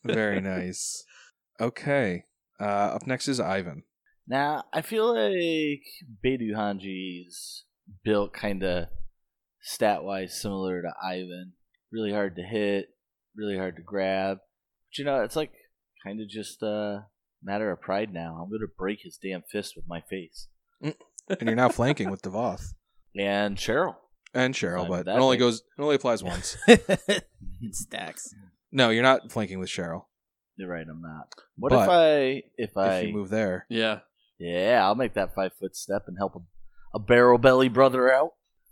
[SPEAKER 3] Very nice. Okay. Uh, up next is Ivan.
[SPEAKER 1] Now, I feel like Beidou Hanji's built kind of stat wise similar to Ivan. Really hard to hit, really hard to grab. But you know, it's like kind of just a matter of pride now. I'm going to break his damn fist with my face.
[SPEAKER 3] And you're now flanking with Devoth.
[SPEAKER 1] And Cheryl.
[SPEAKER 3] And
[SPEAKER 1] Fine,
[SPEAKER 3] Cheryl, but it
[SPEAKER 1] that
[SPEAKER 3] only
[SPEAKER 1] makes-
[SPEAKER 3] goes it only applies once.
[SPEAKER 6] it stacks.
[SPEAKER 3] no, you're not flanking with Cheryl.
[SPEAKER 1] You're right, I'm not. What
[SPEAKER 3] But
[SPEAKER 1] if I. If I.
[SPEAKER 3] If you move there.
[SPEAKER 2] Yeah.
[SPEAKER 1] Yeah, I'll make that five foot step and help a, a barrel belly brother out.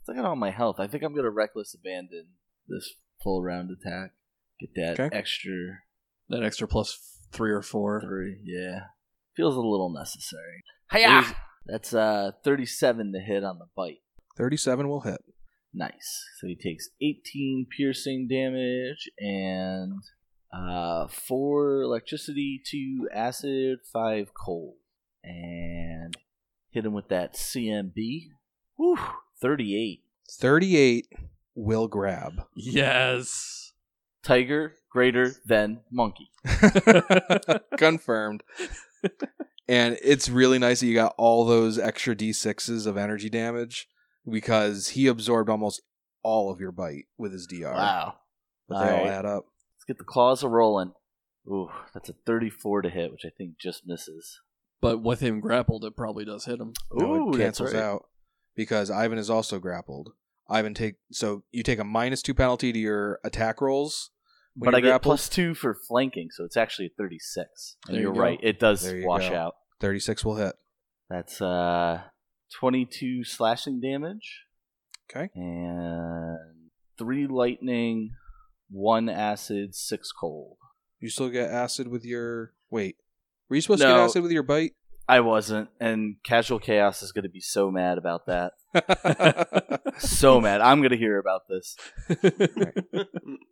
[SPEAKER 1] Look at all my health. I think I'm gonna reckless abandon this full round attack. Get that
[SPEAKER 3] Okay.
[SPEAKER 1] extra
[SPEAKER 2] That extra plus three or four.
[SPEAKER 1] three. Yeah, feels a little necessary. Hiya!
[SPEAKER 2] Is-
[SPEAKER 1] That's uh 37 to hit on the bite.
[SPEAKER 3] Thirty seven will hit.
[SPEAKER 1] Nice. So he takes 18 piercing damage and uh four electricity, two acid, five cold, and hit him with that CMB. Whew, 38.
[SPEAKER 3] Thirty eight will grab.
[SPEAKER 2] Yes.
[SPEAKER 1] Tiger greater than monkey.
[SPEAKER 3] Confirmed. and it's really nice that you got all those extra d6s of energy damage because he absorbed almost all of your bite with his DR.
[SPEAKER 1] Wow.
[SPEAKER 3] But they all
[SPEAKER 1] Alright.
[SPEAKER 3] add up.
[SPEAKER 1] Let's get the claws a rolling. Ooh, that's a 34 to hit, which I think just misses.
[SPEAKER 2] But with him grappled, it probably does hit him.
[SPEAKER 3] No,
[SPEAKER 1] Ooh,
[SPEAKER 3] it
[SPEAKER 1] that's
[SPEAKER 3] cancels
[SPEAKER 1] right.
[SPEAKER 3] out because Ivan is also grappled. Ivan take so you take a minus two penalty to your attack rolls. when
[SPEAKER 1] But
[SPEAKER 3] you're
[SPEAKER 1] I get
[SPEAKER 3] grappled.
[SPEAKER 1] plus two for flanking, so it's actually a 36. And
[SPEAKER 2] There you
[SPEAKER 1] you're
[SPEAKER 2] go.
[SPEAKER 1] right, it does
[SPEAKER 3] There you
[SPEAKER 1] wash
[SPEAKER 3] go.
[SPEAKER 1] out.
[SPEAKER 3] thirty six will hit.
[SPEAKER 1] That's uh, 22 slashing damage
[SPEAKER 3] Okay.
[SPEAKER 1] and three lightning, one acid, six cold.
[SPEAKER 3] You still get acid with your wait. Were you supposed to
[SPEAKER 1] No.
[SPEAKER 3] get acid with
[SPEAKER 1] [LAUGHS]
[SPEAKER 3] your bite? [LAUGHS]
[SPEAKER 1] I wasn't, and Casual Chaos is going to be so mad about [LAUGHS] that. So mad. I'm going to hear about this.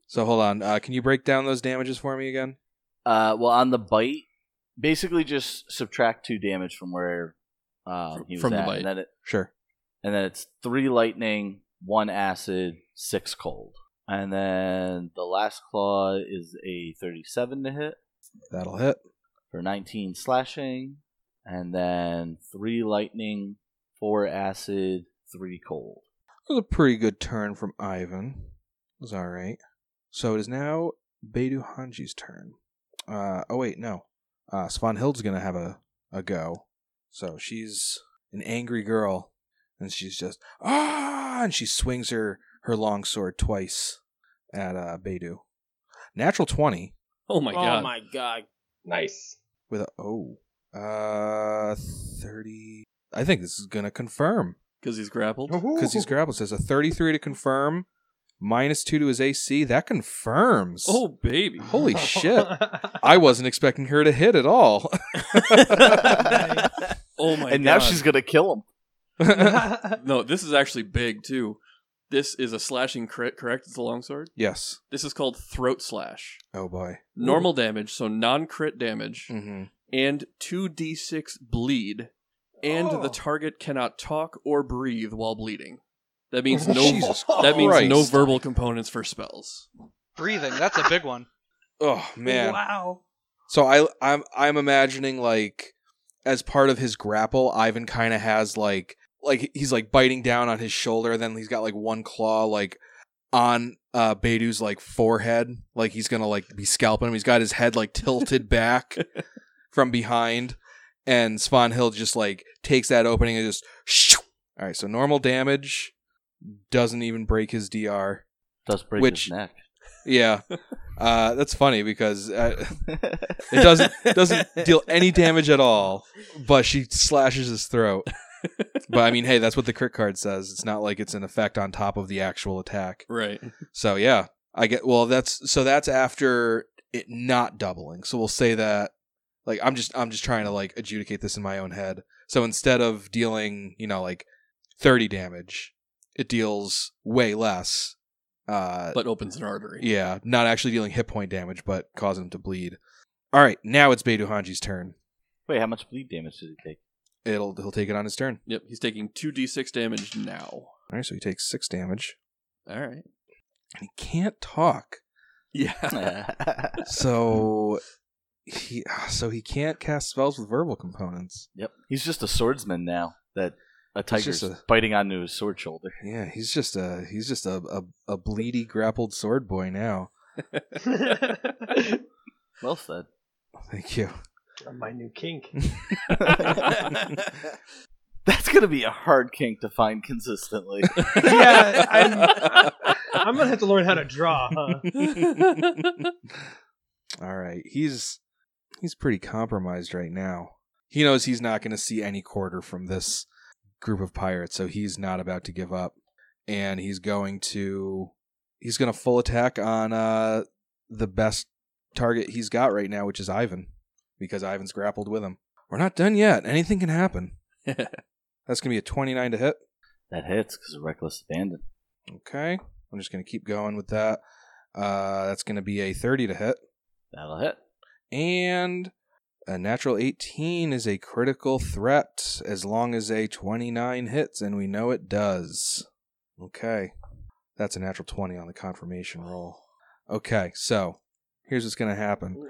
[SPEAKER 3] so hold on. Uh, can you break down those damages for me again?
[SPEAKER 1] Uh, well, on the bite, basically just subtract two damage from where um, he was
[SPEAKER 2] From the
[SPEAKER 1] at,
[SPEAKER 2] bite.
[SPEAKER 1] and then, it,
[SPEAKER 3] Sure.
[SPEAKER 1] and then it's three lightning, one acid, six cold, and then the last claw is a 37 to hit
[SPEAKER 3] That'll hit.
[SPEAKER 1] for 19 slashing, and then three lightning, four acid, three [LAUGHS] cold.
[SPEAKER 3] That was a pretty good turn from Ivan. It was all right. So it is now Beidou Hanji's turn. Uh, oh wait, no. Uh, Svanhild's gonna have a, a go. So she's an angry girl, and she's just ah, and she swings her her long sword twice at uh, Beidou. Natural twenty
[SPEAKER 2] Oh my
[SPEAKER 6] oh
[SPEAKER 2] god.
[SPEAKER 6] my god.
[SPEAKER 4] Nice.
[SPEAKER 3] [LAUGHS] with a oh, uh, thirty. I think this is gonna confirm.
[SPEAKER 2] Because he's grappled.
[SPEAKER 4] Oh.
[SPEAKER 3] because he's grappled. Says a 33 to confirm, minus two to his AC. That confirms.
[SPEAKER 2] Oh baby.
[SPEAKER 4] [LAUGHS]
[SPEAKER 3] holy shit! [LAUGHS] I wasn't expecting her to hit at all. [LAUGHS]
[SPEAKER 2] Oh
[SPEAKER 1] [LAUGHS]
[SPEAKER 2] my
[SPEAKER 1] and
[SPEAKER 2] god.
[SPEAKER 1] now she's going to kill him.
[SPEAKER 2] No, this is actually big too. This is a slashing crit, correct? It's a longsword.
[SPEAKER 3] yes.
[SPEAKER 2] This is called throat slash.
[SPEAKER 3] Oh boy.
[SPEAKER 2] Normal damage, so non crit damage,
[SPEAKER 3] Mm-hmm.
[SPEAKER 2] and 2d6 bleed, and
[SPEAKER 4] Oh.
[SPEAKER 2] the target cannot talk or breathe while bleeding. That means no.
[SPEAKER 3] Oh, Jesus.
[SPEAKER 2] that means no
[SPEAKER 3] Christ.
[SPEAKER 2] verbal components for spells.
[SPEAKER 5] Breathing, that's a big one.
[SPEAKER 3] Oh man.
[SPEAKER 4] Wow.
[SPEAKER 3] So I I'm I'm imagining like as part of his grapple, Ivan kind of has like like he's like biting down on his shoulder, then he's got like one claw like on uh Beidou's like forehead, like he's gonna like be scalping him. He's got his head like tilted back from behind, and Svan Hill just like takes that opening and just shoo. all right. So normal damage doesn't even break his DR.
[SPEAKER 1] Does break
[SPEAKER 3] Which-
[SPEAKER 1] his [LAUGHS] neck.
[SPEAKER 3] Yeah, uh, that's funny because uh, it doesn't doesn't deal any damage at all, but she slashes his throat. But I mean, hey, that's what the crit card says. It's not like it's an effect on top of the actual attack.
[SPEAKER 2] Right.
[SPEAKER 3] So yeah, I get. Well, that's so that's after it not doubling. So we'll say that. Like I'm just I'm just trying to like adjudicate this in my own head. So instead of dealing, you know, like 30 damage, it deals way less. Uh,
[SPEAKER 2] But opens an artery.
[SPEAKER 3] yeah, not actually dealing hit point damage, but causing him to bleed. All right, now it's Beidou Hanji's turn.
[SPEAKER 1] [LAUGHS] Wait, how much bleed damage did [LAUGHS] he take?
[SPEAKER 3] It'll he'll take it on his turn.
[SPEAKER 2] Yep. He's taking 2d6 damage now.
[SPEAKER 3] All right, so he takes six damage,
[SPEAKER 2] All right.
[SPEAKER 3] and he can't talk.
[SPEAKER 2] [LAUGHS] Yeah.
[SPEAKER 3] So he ah, so he can't cast spells with verbal components.
[SPEAKER 1] yep. He's just a swordsman now that a tiger's
[SPEAKER 3] just a-
[SPEAKER 1] biting onto his sword shoulder.
[SPEAKER 3] Yeah, he's just a he's just a a, a bleedy grappled sword boy now.
[SPEAKER 1] Well said.
[SPEAKER 3] Thank you.
[SPEAKER 4] My new kink.
[SPEAKER 1] [LAUGHS] That's going to be a hard kink to find consistently.
[SPEAKER 4] yeah, I'm, I'm gonna have to learn how
[SPEAKER 3] [LAUGHS]
[SPEAKER 4] to draw, huh?
[SPEAKER 3] All right, he's he's pretty compromised right now. He knows he's not going to see any quarter from this group of pirates, so he's not about to give up, and he's going to he's going to full attack on uh the best target he's got right now, which is Ivan, because Ivan's grappled with him. We're not done yet. Anything can happen. That's going to be a twenty-nine to hit.
[SPEAKER 1] [LAUGHS] that hits because of reckless abandon.
[SPEAKER 3] Okay, I'm just going to keep going with that. Uh, that's going to be a thirty to hit.
[SPEAKER 1] That'll hit. [LAUGHS]
[SPEAKER 3] and a natural 18 is a critical threat as long as a 29 hits and we know it does okay that's a natural 20 on the confirmation roll okay so here's what's gonna happen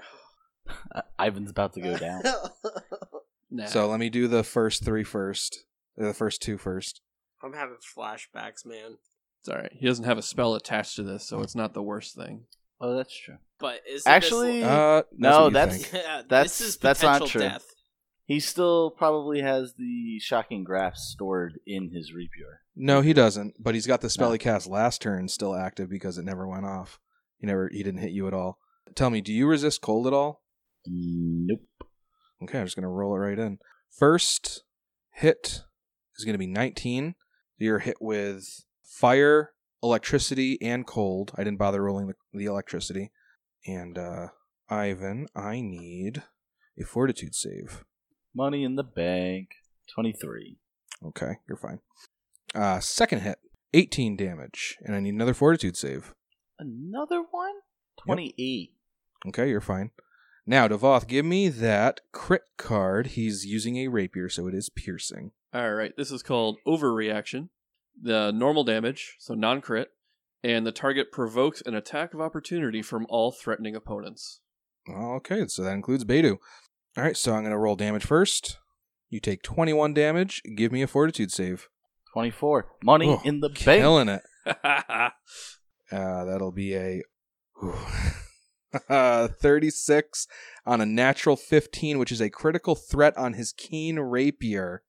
[SPEAKER 1] Uh, Ivan's about to go [LAUGHS]
[SPEAKER 3] [LAUGHS]
[SPEAKER 1] down.
[SPEAKER 2] Nah.
[SPEAKER 3] so let me do the first three first uh, the first two first
[SPEAKER 6] I'm having flashbacks, man.
[SPEAKER 2] it's all right. He doesn't have a spell attached to this, so it's not the worst thing.
[SPEAKER 1] oh, that's true.
[SPEAKER 6] But is Mm.
[SPEAKER 1] Actually,
[SPEAKER 3] uh
[SPEAKER 1] No,
[SPEAKER 3] what you
[SPEAKER 1] that's-
[SPEAKER 3] think.
[SPEAKER 6] yeah,
[SPEAKER 1] that's-
[SPEAKER 6] this is
[SPEAKER 1] that's not
[SPEAKER 6] potential
[SPEAKER 1] true.
[SPEAKER 6] death.
[SPEAKER 1] He still probably has the shocking graph stored in his rapier.
[SPEAKER 3] no he doesn't but he's got the spell
[SPEAKER 1] No.
[SPEAKER 3] he cast last turn still active because it never went off he never he didn't hit you at all tell me do you resist cold at all
[SPEAKER 1] Nope.
[SPEAKER 3] Okay, I'm just gonna roll it right in. First hit is gonna be 19. You're hit with fire, electricity and cold. I didn't bother rolling the, the electricity. And uh, Ivan, I need a fortitude save.
[SPEAKER 1] Money in the bank, 23.
[SPEAKER 3] Okay, you're fine. Uh, second hit, 18 damage, and I need another fortitude save.
[SPEAKER 1] Another one? 28.
[SPEAKER 3] Okay, you're fine. Now, Devoth, give me that crit card. He's using a rapier, so it is piercing.
[SPEAKER 2] All right, this is called overreaction. The normal damage, so non crit, and the target provokes an attack of opportunity from all threatening opponents.
[SPEAKER 3] Okay, so that includes Beidou. All right, so I'm going to roll damage first. You take 21 damage. Give me a fortitude save.
[SPEAKER 1] 24. Money
[SPEAKER 3] Oh,
[SPEAKER 1] in the bank.
[SPEAKER 3] Killing it.
[SPEAKER 2] All
[SPEAKER 3] Uh, that'll be a uh, [LAUGHS] 36 on a natural 15, which is a critical threat on his keen rapier.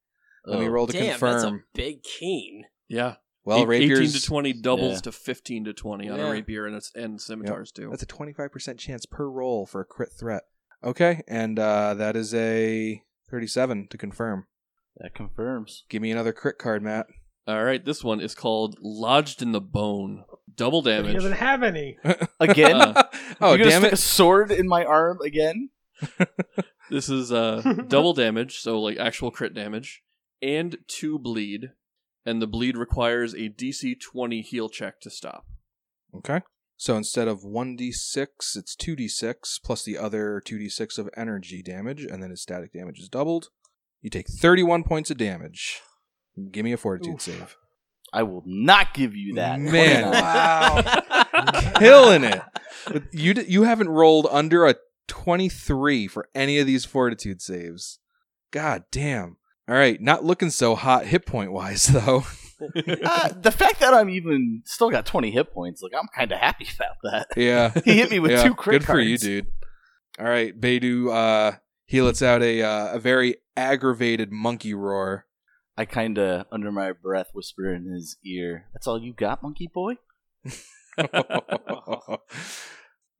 [SPEAKER 3] Let me
[SPEAKER 1] Oh,
[SPEAKER 3] roll to
[SPEAKER 6] Damn, that's a
[SPEAKER 3] confirm. [LAUGHS]
[SPEAKER 6] big keen. [LAUGHS]
[SPEAKER 2] Yeah.
[SPEAKER 3] Well,
[SPEAKER 2] Eight- 18 to
[SPEAKER 3] rapiers.
[SPEAKER 2] 20 doubles
[SPEAKER 1] Yeah.
[SPEAKER 2] to 15 to 20 on
[SPEAKER 6] Yeah.
[SPEAKER 2] a rapier and, it's, and scimitars, too.
[SPEAKER 3] That's a 25% chance per roll for a crit threat. Okay, and uh, that is a 37 to confirm.
[SPEAKER 1] That
[SPEAKER 3] [LAUGHS]
[SPEAKER 1] confirms.
[SPEAKER 3] Give me another crit card, Matt.
[SPEAKER 2] All right, this one is called Lodged in the Bone. Double
[SPEAKER 4] He doesn't
[SPEAKER 2] damage.
[SPEAKER 4] have any.
[SPEAKER 1] Again?
[SPEAKER 2] Uh,
[SPEAKER 3] [LAUGHS] oh,
[SPEAKER 1] You're gonna
[SPEAKER 3] damn
[SPEAKER 1] stick a
[SPEAKER 3] it.
[SPEAKER 1] sword in my arm again?
[SPEAKER 2] This is uh [LAUGHS] double damage, so like actual crit damage, and two bleed, and the bleed requires a DC 20 heal check
[SPEAKER 3] [LAUGHS]
[SPEAKER 2] to stop. [LAUGHS]
[SPEAKER 3] Okay. So instead of 1d6, it's 2d6 plus the other 2d6 of energy damage, and then his static damage is doubled. You take 31 points of damage. Give me a fortitude
[SPEAKER 4] Oof.
[SPEAKER 3] save.
[SPEAKER 1] I will not give you that.
[SPEAKER 3] Man.
[SPEAKER 1] 29.
[SPEAKER 3] [LAUGHS]
[SPEAKER 5] Wow.
[SPEAKER 3] Killing it. But You d- you haven't rolled under a 23 for any of these fortitude saves. God damn. All right, not looking so hot hit point wise [LAUGHS] though.
[SPEAKER 1] Uh, the fact that I'm even still got 20 hit points, like I'm kind of happy about that.
[SPEAKER 3] Yeah.
[SPEAKER 1] [LAUGHS] He hit me with two crit
[SPEAKER 3] Good for you,
[SPEAKER 1] cards.
[SPEAKER 3] dude. All right, Beidou, uh, he lets out a uh, a very aggravated monkey roar. [LAUGHS]
[SPEAKER 1] I kind of, under my breath, whisper in his ear, "That's all you got, monkey boy."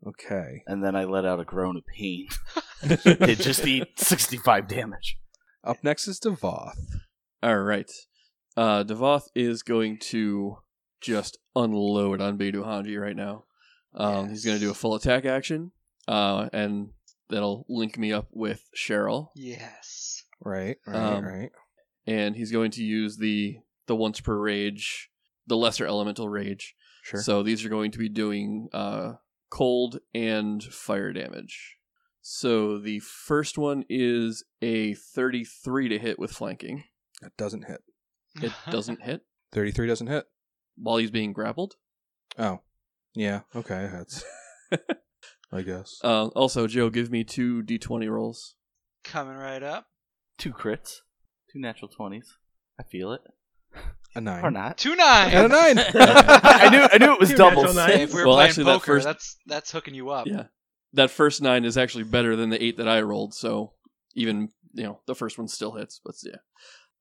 [SPEAKER 3] okay.
[SPEAKER 1] And then I let out a groan of [LAUGHS] pain. it just did 65 damage.
[SPEAKER 3] Up next is Devoth.
[SPEAKER 2] All right, uh, Devoth is going to just unload on Beidou Hanji right now. Um, He's going to do a full attack action, uh, and that'll link me up with Cheryl.
[SPEAKER 5] [LAUGHS] yes.
[SPEAKER 3] Right, right,
[SPEAKER 2] Um,
[SPEAKER 3] right.
[SPEAKER 2] And he's going to use the the once per rage, the lesser elemental rage,
[SPEAKER 3] Sure.
[SPEAKER 2] So these are going to be doing uh, cold and fire damage. So the first one is a 33 to hit with flanking.
[SPEAKER 3] that doesn't hit.
[SPEAKER 5] [LAUGHS]
[SPEAKER 2] It doesn't hit
[SPEAKER 3] Thirty-three doesn't hit.
[SPEAKER 2] while he's being grappled.
[SPEAKER 3] Oh, yeah. Okay, it
[SPEAKER 2] [LAUGHS]
[SPEAKER 3] hits. I guess.
[SPEAKER 2] Uh, also, Joe, give me two d20 rolls.
[SPEAKER 5] Coming right up.
[SPEAKER 1] Two crits, two natural 20s. I feel it.
[SPEAKER 3] a nine.
[SPEAKER 1] Or not.
[SPEAKER 5] Two nine.
[SPEAKER 3] And a nine.
[SPEAKER 2] [LAUGHS]
[SPEAKER 1] I knew I knew it was
[SPEAKER 4] Two
[SPEAKER 1] double.
[SPEAKER 4] natural
[SPEAKER 5] Hey,
[SPEAKER 4] nines.
[SPEAKER 5] if we were
[SPEAKER 2] Well,
[SPEAKER 5] playing
[SPEAKER 2] actually, that
[SPEAKER 5] poker,
[SPEAKER 2] first-
[SPEAKER 5] that's that's hooking you up. [LAUGHS]
[SPEAKER 2] Yeah, that first nine is actually better than the eight that I rolled. So even you know the first one still hits, but yeah.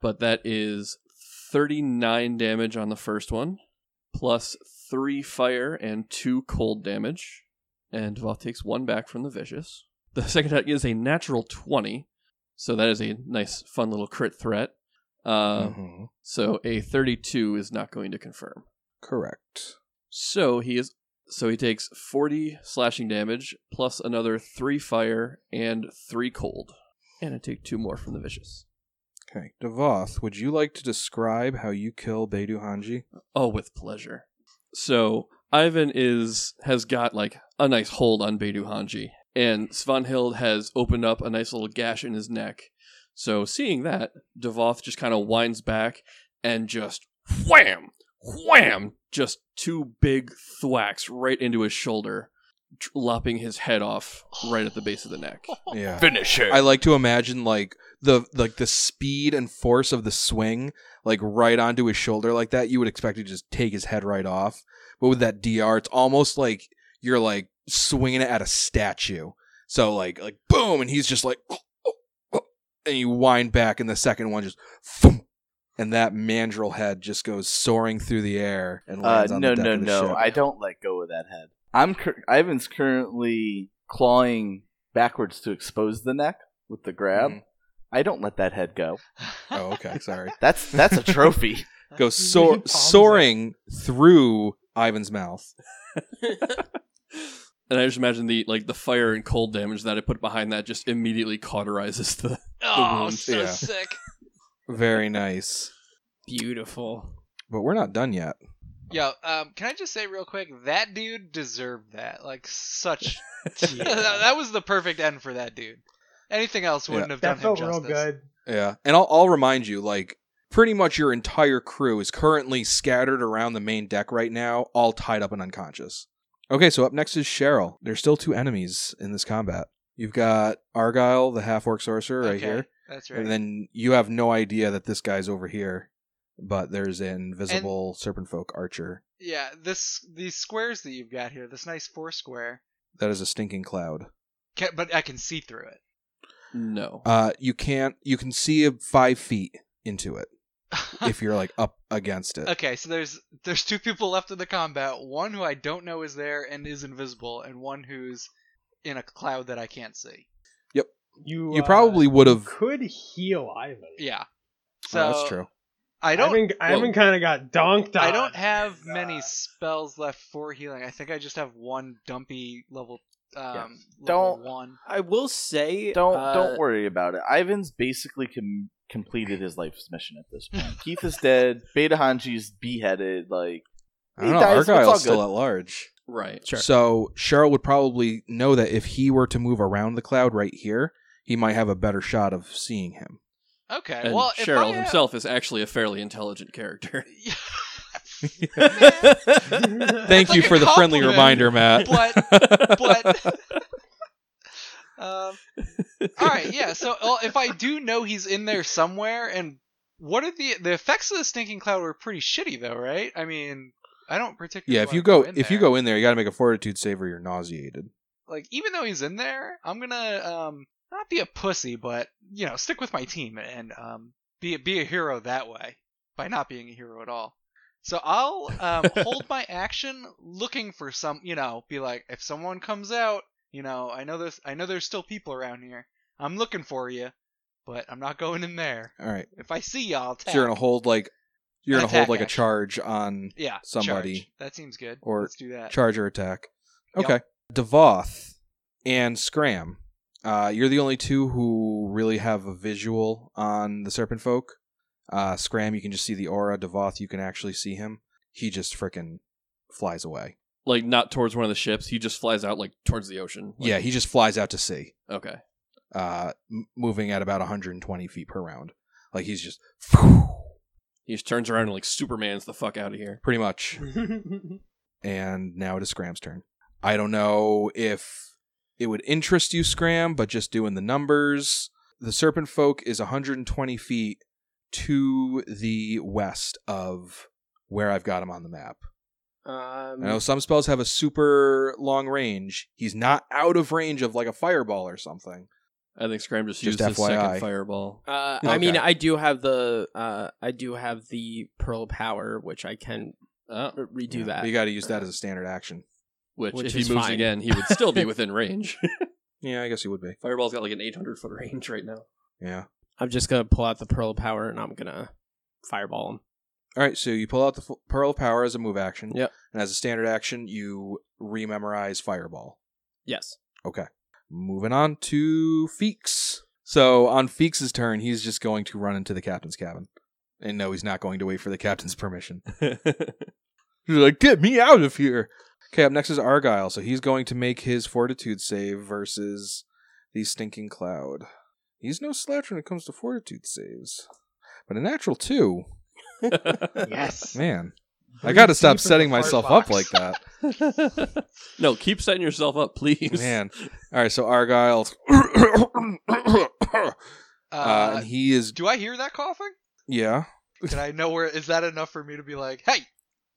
[SPEAKER 2] But that is 39 damage on the first one, plus three fire and two cold damage, and Voth takes one back from the vicious. The [LAUGHS] second attack is a natural 20, so that is a nice, fun little crit threat.
[SPEAKER 3] [LAUGHS]
[SPEAKER 2] Uh,
[SPEAKER 3] Mhm.
[SPEAKER 2] So a 32 is not going to confirm.
[SPEAKER 3] Correct.
[SPEAKER 2] So he is. So he takes forty slashing damage plus another three fire and three cold, and I take two more from the vicious.
[SPEAKER 3] Okay, Devoth, would you like to describe how you kill Beidou Hanji?
[SPEAKER 2] Oh, with pleasure. So Ivan is has got like a nice hold on Beidou Hanji, and Svanhild has opened up a nice little gash in his neck. So seeing that, Devoth just kind of winds back and just wham, wham, just two big thwacks right into his shoulder, tr- lopping his head off right at the base of the neck.
[SPEAKER 3] Yeah.
[SPEAKER 1] Finish her.
[SPEAKER 3] I like to imagine like the like the speed and force of the swing, like right onto his shoulder like that. You would expect to just take his head right off, but with that DR, it's almost like you're like swinging it at a statue. So like like boom, and he's just like, and you wind back, and the second one just, boom, and that mandrel head just goes soaring through the air and
[SPEAKER 1] Uh,
[SPEAKER 3] lands on
[SPEAKER 1] no,
[SPEAKER 3] the deck
[SPEAKER 1] no,
[SPEAKER 3] of the
[SPEAKER 1] no.
[SPEAKER 3] ship.
[SPEAKER 1] I don't let go of that head. I'm cur- Ivan's currently clawing backwards to expose the neck with the grab.
[SPEAKER 3] Mhm.
[SPEAKER 1] I don't let that head go. [LAUGHS]
[SPEAKER 3] Oh, okay, sorry. [LAUGHS]
[SPEAKER 1] That's that's a trophy. [LAUGHS]
[SPEAKER 3] Go
[SPEAKER 4] He
[SPEAKER 3] soar
[SPEAKER 4] palms it.
[SPEAKER 3] soaring through Ivan's mouth.
[SPEAKER 2] and I just imagine the like the fire and cold damage that I put behind that just immediately cauterizes the.
[SPEAKER 5] Oh,
[SPEAKER 2] wound,
[SPEAKER 5] so
[SPEAKER 3] yeah.
[SPEAKER 5] sick.
[SPEAKER 3] Very nice.
[SPEAKER 6] Beautiful.
[SPEAKER 3] But we're not done yet.
[SPEAKER 5] Yo, um, can I just say real quick? That dude deserved that.
[SPEAKER 3] [LAUGHS]
[SPEAKER 5] Like such. [LAUGHS]
[SPEAKER 4] Yeah.
[SPEAKER 5] that, that was the perfect end for that dude. Anything else wouldn't have done
[SPEAKER 4] That felt
[SPEAKER 5] him
[SPEAKER 4] real
[SPEAKER 5] justice.
[SPEAKER 4] good.
[SPEAKER 3] Yeah. And I'll, I'll remind you, like, pretty much your entire crew is currently scattered around the main deck right now, all tied up and unconscious. Okay, so up next is Cheryl. There's still two enemies in this combat. You've got Argyle, the half orc sorcerer, right
[SPEAKER 5] Okay,
[SPEAKER 3] here.
[SPEAKER 5] That's right.
[SPEAKER 3] And then you have no idea that this guy's over here, but there's an invisible serpent folk archer
[SPEAKER 5] yeah, this these squares that you've got here, this nice four square,
[SPEAKER 3] that is a stinking cloud.
[SPEAKER 5] can, but I can see through it. [LAUGHS]
[SPEAKER 2] No.
[SPEAKER 3] Uh, you can't. You can see a five feet into it if you're like up against it.
[SPEAKER 5] okay, so there's there's two people left in the combat. One who I don't know is there and is invisible, and one who's in a cloud that I can't see.
[SPEAKER 4] You
[SPEAKER 3] You
[SPEAKER 4] uh,
[SPEAKER 3] probably would have.
[SPEAKER 4] could heal Ivan.
[SPEAKER 5] Yeah. So
[SPEAKER 3] Oh, that's true.
[SPEAKER 5] I don't.
[SPEAKER 4] Ivan, Ivan kind of got donked.
[SPEAKER 5] I
[SPEAKER 4] on. [LAUGHS]
[SPEAKER 5] don't have many
[SPEAKER 4] God.
[SPEAKER 5] spells left for healing. I think I just have one dumpy level. Um, level
[SPEAKER 1] Don't-
[SPEAKER 5] one.
[SPEAKER 6] I will say,
[SPEAKER 1] Don't
[SPEAKER 6] uh,
[SPEAKER 1] don't worry about it. Ivan's basically com- completed his life's mission at this point. Keith is dead. Beta Hanji's beheaded. Like
[SPEAKER 3] I don't know.
[SPEAKER 1] He dies, it's all
[SPEAKER 3] Argyle's still
[SPEAKER 1] good.
[SPEAKER 3] at large.
[SPEAKER 2] Right.
[SPEAKER 6] Sure.
[SPEAKER 3] So Cheryl would probably know that if he were to move around the cloud right here, he might have a better shot of seeing him.
[SPEAKER 5] Okay.
[SPEAKER 2] And
[SPEAKER 5] well, if I
[SPEAKER 2] Cheryl
[SPEAKER 5] have- [LAUGHS]
[SPEAKER 2] himself is actually a fairly intelligent character.
[SPEAKER 5] Yeah,
[SPEAKER 3] Thank
[SPEAKER 4] [LAUGHS]
[SPEAKER 5] That's [LAUGHS]
[SPEAKER 3] you
[SPEAKER 5] like
[SPEAKER 3] for
[SPEAKER 5] a
[SPEAKER 3] the friendly
[SPEAKER 5] compliment,
[SPEAKER 3] reminder, Matt.
[SPEAKER 5] but but. [LAUGHS]
[SPEAKER 3] [LAUGHS]
[SPEAKER 5] um, all right. Yeah. So well, if I do know he's in there somewhere, and what are the the effects of the stinking cloud were pretty shitty though, right? I mean, I don't particularly.
[SPEAKER 3] yeah, if
[SPEAKER 5] wanna
[SPEAKER 3] you go
[SPEAKER 5] in
[SPEAKER 3] if you
[SPEAKER 5] there.
[SPEAKER 3] go in there, you got to make a fortitude save or you're nauseated.
[SPEAKER 5] like even though he's in there, I'm gonna um not be a pussy, but you know, stick with my team and um be be a hero that way by not being a hero at all. So I'll
[SPEAKER 3] [LAUGHS]
[SPEAKER 5] um, hold my action, looking for some, you know, be like, if someone comes out, you know, I know there's I know there's still people around here. I'm looking for you, but I'm not going in there.
[SPEAKER 3] All right,
[SPEAKER 5] If I see you, I'll
[SPEAKER 3] so
[SPEAKER 5] attack.
[SPEAKER 3] you're gonna hold like you're
[SPEAKER 5] An
[SPEAKER 3] gonna hold
[SPEAKER 5] attack
[SPEAKER 3] like a
[SPEAKER 5] action.
[SPEAKER 3] charge on
[SPEAKER 5] yeah
[SPEAKER 3] somebody.
[SPEAKER 5] charge. That seems good.
[SPEAKER 3] Or
[SPEAKER 5] Let's do that.
[SPEAKER 3] charger attack.
[SPEAKER 5] Uh, Yep.
[SPEAKER 3] Okay, Devoth and Scram. Uh, you're the only two who really have a visual on the Serpent Folk. Uh, Scram, you can just see the aura. Devoth, you can actually see him. He just frickin' flies away.
[SPEAKER 2] like not towards one of the ships. He just flies out like towards the ocean. Like-
[SPEAKER 3] yeah, he just flies out to sea,
[SPEAKER 2] Okay.
[SPEAKER 3] uh, m- moving at about 120 feet per round. Like he's just [LAUGHS]
[SPEAKER 2] He just turns around and like Superman's the fuck out of here.
[SPEAKER 3] pretty much and now it is Scram's turn. I don't know if it would interest you, Scram, but just doing the numbers, the Serpent Folk is 120 feet to the west of where I've got him on the map. I know
[SPEAKER 6] Um,
[SPEAKER 3] some spells have a super long range. He's not out of range of like a fireball or something.
[SPEAKER 2] I think Scram just,
[SPEAKER 3] Just
[SPEAKER 2] used his
[SPEAKER 3] FYI.
[SPEAKER 2] second fireball.
[SPEAKER 6] uh, I mean,
[SPEAKER 3] Okay.
[SPEAKER 6] I do have the uh, I do have the pearl power, which I can
[SPEAKER 2] Oh,
[SPEAKER 6] r- redo
[SPEAKER 3] Yeah,
[SPEAKER 6] that.
[SPEAKER 3] You got to use that as a standard action.
[SPEAKER 2] which,
[SPEAKER 6] Which
[SPEAKER 2] if he
[SPEAKER 6] is
[SPEAKER 2] moves
[SPEAKER 6] fine.
[SPEAKER 2] again, he would
[SPEAKER 3] [LAUGHS]
[SPEAKER 2] still be within range.
[SPEAKER 3] Yeah, I guess you would be.
[SPEAKER 2] Fireball's got like an 800 foot range
[SPEAKER 3] [LAUGHS]
[SPEAKER 2] right now. [LAUGHS]
[SPEAKER 3] Yeah.
[SPEAKER 6] I'm just gonna pull out the pearl power and I'm gonna fireball him.
[SPEAKER 3] All right, so you pull out the f- Pearl of Power as a move action.
[SPEAKER 6] Yep.
[SPEAKER 3] And as a standard action, you rememorize Fireball.
[SPEAKER 6] Yes.
[SPEAKER 3] Moving on to Feeks. So on Feeks' turn, he's just going to run into the captain's cabin. And no, he's not going to wait for the captain's permission. [LAUGHS] He's like, get me out of here. Okay, up next is Argyle. So he's going to make his fortitude save versus the stinking cloud. He's no slouch when it comes to fortitude saves. But a natural two.
[SPEAKER 5] Yes.
[SPEAKER 3] Man. I
[SPEAKER 4] Breathe
[SPEAKER 3] gotta stop
[SPEAKER 4] deep in
[SPEAKER 3] setting
[SPEAKER 4] the fart
[SPEAKER 3] myself up
[SPEAKER 4] box.
[SPEAKER 3] like that.
[SPEAKER 4] [LAUGHS]
[SPEAKER 2] no, keep setting yourself up, please.
[SPEAKER 3] Man. Alright, so
[SPEAKER 4] [COUGHS]
[SPEAKER 3] Argyle. [COUGHS]
[SPEAKER 5] Uh,
[SPEAKER 3] uh, and he is
[SPEAKER 5] do I hear that coughing?
[SPEAKER 3] Yeah.
[SPEAKER 5] Can I know where? Is that enough for me to be like, hey,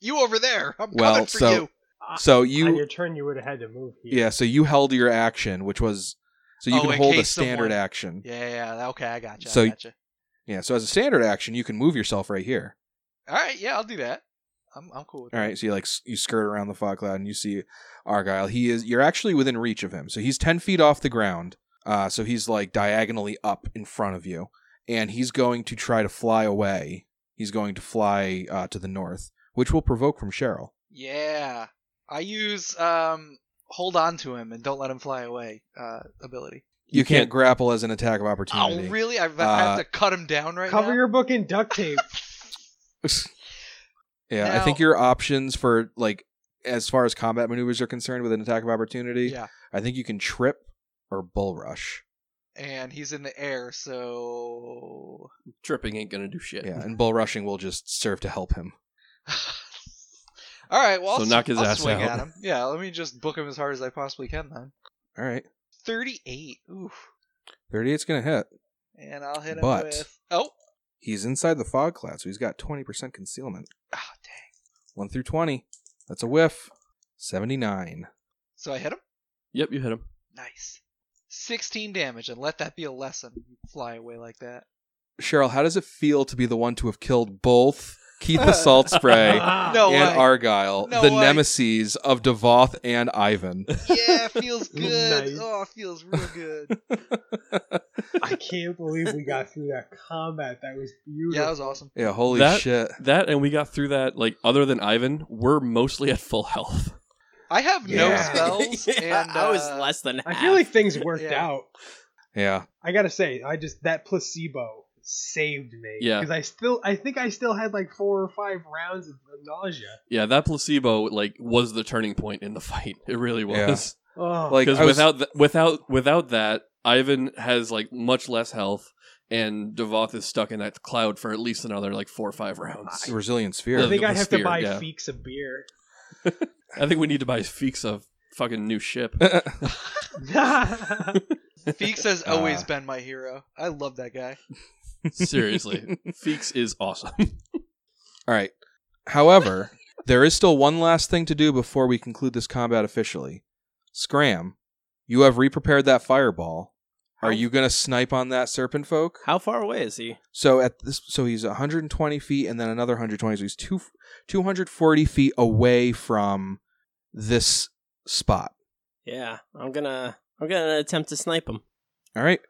[SPEAKER 5] you over there? I'm
[SPEAKER 3] Well,
[SPEAKER 5] coming for
[SPEAKER 3] so-
[SPEAKER 5] you.
[SPEAKER 3] So
[SPEAKER 4] on
[SPEAKER 3] you
[SPEAKER 4] your turn, you would have had to move here.
[SPEAKER 3] yeah, so you held your action, which was so you
[SPEAKER 5] Oh,
[SPEAKER 3] can
[SPEAKER 5] in
[SPEAKER 3] hold a
[SPEAKER 5] case
[SPEAKER 3] standard
[SPEAKER 5] someone-
[SPEAKER 3] action. Yeah.
[SPEAKER 5] Yeah, yeah, yeah. Okay, I got gotcha, you.
[SPEAKER 3] So-
[SPEAKER 5] I gotcha.
[SPEAKER 3] so as a standard action, you can move yourself right here.
[SPEAKER 5] All right, yeah, I'll do that. I'm, I'm cool with
[SPEAKER 3] All
[SPEAKER 5] that.
[SPEAKER 3] right, so you like s- you skirt around the fog cloud and you see Argyle. He is you're actually within reach of him. So he's 10 feet off the ground. Uh so he's like diagonally up in front of you and he's going to try to fly away. He's going to fly uh, to the north, which will provoke from Cheryl.
[SPEAKER 5] Yeah. I use um hold on to him and don't let him fly away uh ability.
[SPEAKER 3] You,
[SPEAKER 2] You
[SPEAKER 3] can't,
[SPEAKER 2] can't-
[SPEAKER 3] grapple as an attack of
[SPEAKER 5] Oh
[SPEAKER 3] opportunity.
[SPEAKER 5] really? I, I have
[SPEAKER 3] Uh,
[SPEAKER 5] to cut him down right
[SPEAKER 4] Cover
[SPEAKER 5] now.
[SPEAKER 4] your book in duct
[SPEAKER 3] [LAUGHS]
[SPEAKER 4] tape.
[SPEAKER 3] yeah, I
[SPEAKER 5] Now-
[SPEAKER 3] think your options for like as far as combat maneuvers are concerned with an attack of opportunity,
[SPEAKER 5] Yeah.
[SPEAKER 3] I think you can trip or bull rush.
[SPEAKER 5] And he's in the air, so [LAUGHS]
[SPEAKER 2] Tripping ain't gonna do shit.
[SPEAKER 3] Yeah, and bull rushing will just serve to help him.
[SPEAKER 5] All right, well,
[SPEAKER 2] So
[SPEAKER 5] I'll,
[SPEAKER 2] knock
[SPEAKER 5] knock
[SPEAKER 2] his
[SPEAKER 5] I'll
[SPEAKER 2] ass
[SPEAKER 5] swing
[SPEAKER 2] out.
[SPEAKER 5] at him. Yeah, let me just book him as hard as I possibly can then.
[SPEAKER 3] All right.
[SPEAKER 5] 38. Oof.
[SPEAKER 3] 38's going to hit.
[SPEAKER 5] And I'll hit him
[SPEAKER 3] But-
[SPEAKER 5] with Oh,
[SPEAKER 3] He's inside the fog cloud, so he's got 20% concealment.
[SPEAKER 5] ah, dang.
[SPEAKER 3] 1 through 20. That's a whiff. 79.
[SPEAKER 5] So I hit him.
[SPEAKER 2] Yep, you hit him.
[SPEAKER 5] Nice. 16 damage and let that be a lesson. You fly away like that.
[SPEAKER 3] Cheryl, how does it feel to be the one to have killed both Keith
[SPEAKER 5] [LAUGHS]
[SPEAKER 3] the Salt Spray
[SPEAKER 4] Ah,
[SPEAKER 5] No
[SPEAKER 3] and
[SPEAKER 5] way.
[SPEAKER 3] Argyle,
[SPEAKER 5] No
[SPEAKER 3] the
[SPEAKER 5] way.
[SPEAKER 3] nemesis of Devoth and
[SPEAKER 5] [LAUGHS]
[SPEAKER 3] Ivan?
[SPEAKER 5] yeah, it feels good.
[SPEAKER 4] Nice.
[SPEAKER 5] Oh, it feels real good.
[SPEAKER 4] I can't believe we got through that combat. That was beautiful.
[SPEAKER 5] yeah, that was awesome.
[SPEAKER 3] yeah, holy
[SPEAKER 2] That-
[SPEAKER 3] shit.
[SPEAKER 2] That and we got through that. Like other than Ivan, we're mostly at full health. [LAUGHS]
[SPEAKER 5] I have no
[SPEAKER 4] Yeah.
[SPEAKER 1] Oh,
[SPEAKER 5] spells
[SPEAKER 6] [LAUGHS] Yeah,
[SPEAKER 5] and
[SPEAKER 6] I was
[SPEAKER 5] uh,
[SPEAKER 6] less than half.
[SPEAKER 4] I feel like things worked
[SPEAKER 5] Yeah.
[SPEAKER 4] out.
[SPEAKER 3] Yeah.
[SPEAKER 4] I gotta say, I just that placebo saved me.
[SPEAKER 2] Yeah.
[SPEAKER 4] because I still, I think I still had like four or five rounds of nausea.
[SPEAKER 2] Yeah, that placebo like was the turning point in the fight. It really
[SPEAKER 3] Yeah.
[SPEAKER 2] was.
[SPEAKER 4] Oh,
[SPEAKER 3] Like
[SPEAKER 2] Because
[SPEAKER 3] I was-
[SPEAKER 2] without th- without without that, Ivan has like much less health, and Devoth is stuck in that cloud for at least another like four or five rounds.
[SPEAKER 3] Resilient Sphere.
[SPEAKER 4] I
[SPEAKER 2] Yeah,
[SPEAKER 4] think
[SPEAKER 2] the
[SPEAKER 4] I have
[SPEAKER 2] spear,
[SPEAKER 4] to buy
[SPEAKER 2] yeah.
[SPEAKER 4] Feeks a beer. [LAUGHS]
[SPEAKER 2] I think we need to buy Feeks a fucking
[SPEAKER 3] [LAUGHS]
[SPEAKER 2] new ship.
[SPEAKER 5] Feeks has always
[SPEAKER 3] Uh.
[SPEAKER 5] been my hero. I love that guy.
[SPEAKER 2] Seriously, Feeks is awesome.
[SPEAKER 3] [LAUGHS]
[SPEAKER 2] [LAUGHS]
[SPEAKER 3] All right. However, there is still one last thing to do before we conclude this combat officially. Scram, you have reprepared that fireball. Are you going to snipe on that serpent folk?
[SPEAKER 6] how far away is he?
[SPEAKER 3] So at this, so he's 120 feet, and then another 120. So he's two, 240 feet away from this spot.
[SPEAKER 6] Yeah, I'm gonna I'm gonna attempt to snipe him.
[SPEAKER 3] All right,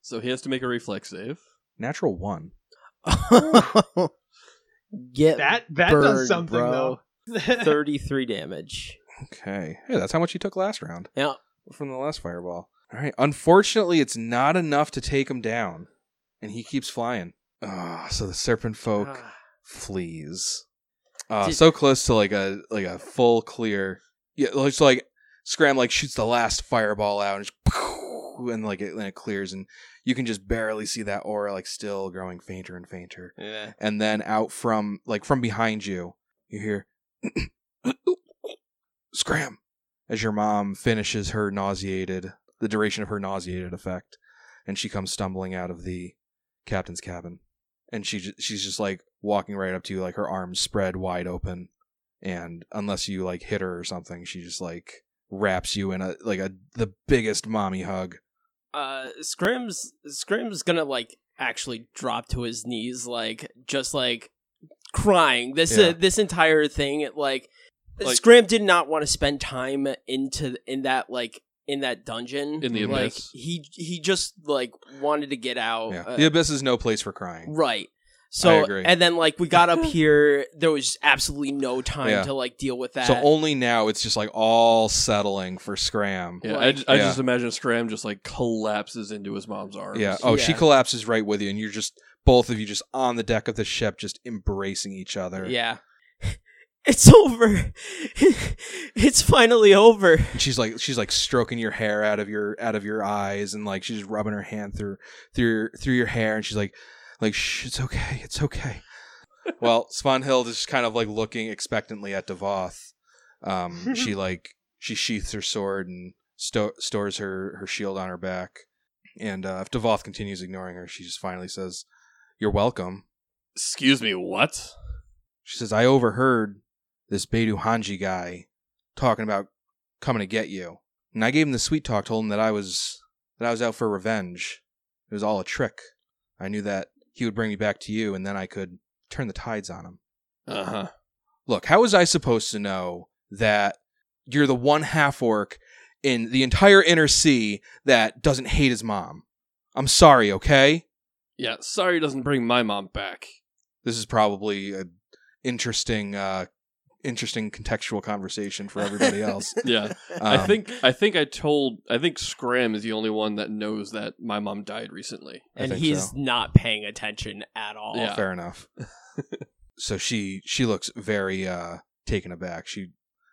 [SPEAKER 2] So he has to make a reflex save.
[SPEAKER 3] natural one.
[SPEAKER 6] Get [LAUGHS]
[SPEAKER 4] that that
[SPEAKER 6] burned,
[SPEAKER 4] does something
[SPEAKER 6] bro.
[SPEAKER 4] though.
[SPEAKER 6] Thirty three damage.
[SPEAKER 3] Okay, hey, that's how much he took last round
[SPEAKER 6] Yeah.
[SPEAKER 3] from the last fireball. All right, unfortunately, it's not enough to take him down, and he keeps flying. Ah, so the serpent folk
[SPEAKER 6] Ah.
[SPEAKER 3] fleas. Uh,
[SPEAKER 6] Did-
[SPEAKER 3] so close to like a like a full clear. Yeah, it looks like Scram like shoots the last fireball out and just [LAUGHS] poof, and like it, and it clears and you can just barely see that aura like still growing fainter and fainter.
[SPEAKER 6] Yeah.
[SPEAKER 3] And then out from like from behind you, you hear [COUGHS] Scram as your mom finishes her nauseated the duration of her nauseated effect and she comes stumbling out of the captain's cabin and she ju- she's just like walking right up to you like her arms spread wide open and unless you like hit her or something she just like wraps you in a like a the biggest mommy hug
[SPEAKER 6] Uh, Scrim's Scrim's gonna like actually drop to his knees, like just like crying. This
[SPEAKER 3] Yeah.
[SPEAKER 6] uh, this entire thing, it, like,
[SPEAKER 2] Like-
[SPEAKER 6] Scrim did not want to spend time into in that like in that dungeon
[SPEAKER 2] In the
[SPEAKER 6] like
[SPEAKER 2] abyss.
[SPEAKER 6] he he just like wanted to get out.
[SPEAKER 3] yeah
[SPEAKER 6] uh,
[SPEAKER 3] the abyss is no place for crying
[SPEAKER 6] Right. So
[SPEAKER 3] agree.
[SPEAKER 6] and then like we got up here, there was absolutely no time
[SPEAKER 3] Yeah.
[SPEAKER 6] to like deal with that.
[SPEAKER 3] so only now it's just like all settling for scram
[SPEAKER 2] Yeah, I,
[SPEAKER 6] Like-
[SPEAKER 2] ju- I
[SPEAKER 3] Yeah.
[SPEAKER 2] just imagine Scram just like collapses into his mom's arms.
[SPEAKER 3] Yeah. Oh, she
[SPEAKER 6] Yeah.
[SPEAKER 3] collapses right with you, and you're just both of you just on the deck of the ship, just embracing each other.
[SPEAKER 6] yeah. [LAUGHS] It's over. [LAUGHS] it's finally over.
[SPEAKER 3] And she's like, she's like stroking your hair out of your out of your eyes, and like she's just rubbing her hand through through your, through your hair, and she's like, like Shh, it's okay, it's okay. well, Svanhild is just kind of like looking expectantly at Devoth. Um, she like she sheaths her sword and sto- stores her her shield on her back, and uh, if Devoth continues ignoring her, she just finally says, "You're welcome."
[SPEAKER 2] Excuse me, what?
[SPEAKER 3] She says, I overheard this Beidou Hanji guy talking about coming to get you. And I gave him the sweet talk, told him that I was that I was out for revenge. It was all a trick. I knew that he would bring me back to you and then I could turn the tides on him.
[SPEAKER 2] Uh huh.
[SPEAKER 3] Look, how was I supposed to know that you're the one half orc in the entire inner sea that doesn't hate his mom? I'm sorry, okay?
[SPEAKER 2] Yeah, sorry doesn't bring my mom back.
[SPEAKER 3] This is probably an interesting uh, interesting contextual conversation
[SPEAKER 1] [LAUGHS]
[SPEAKER 3] for everybody else. [LAUGHS]
[SPEAKER 2] Yeah. I
[SPEAKER 3] Um,
[SPEAKER 2] think I think I told I think Scram is the only one that knows that my mom died recently.
[SPEAKER 3] I
[SPEAKER 6] and
[SPEAKER 3] think
[SPEAKER 6] he's
[SPEAKER 3] so.
[SPEAKER 6] not paying attention at all.
[SPEAKER 2] Yeah.
[SPEAKER 3] fair enough. so she she looks very uh taken aback. She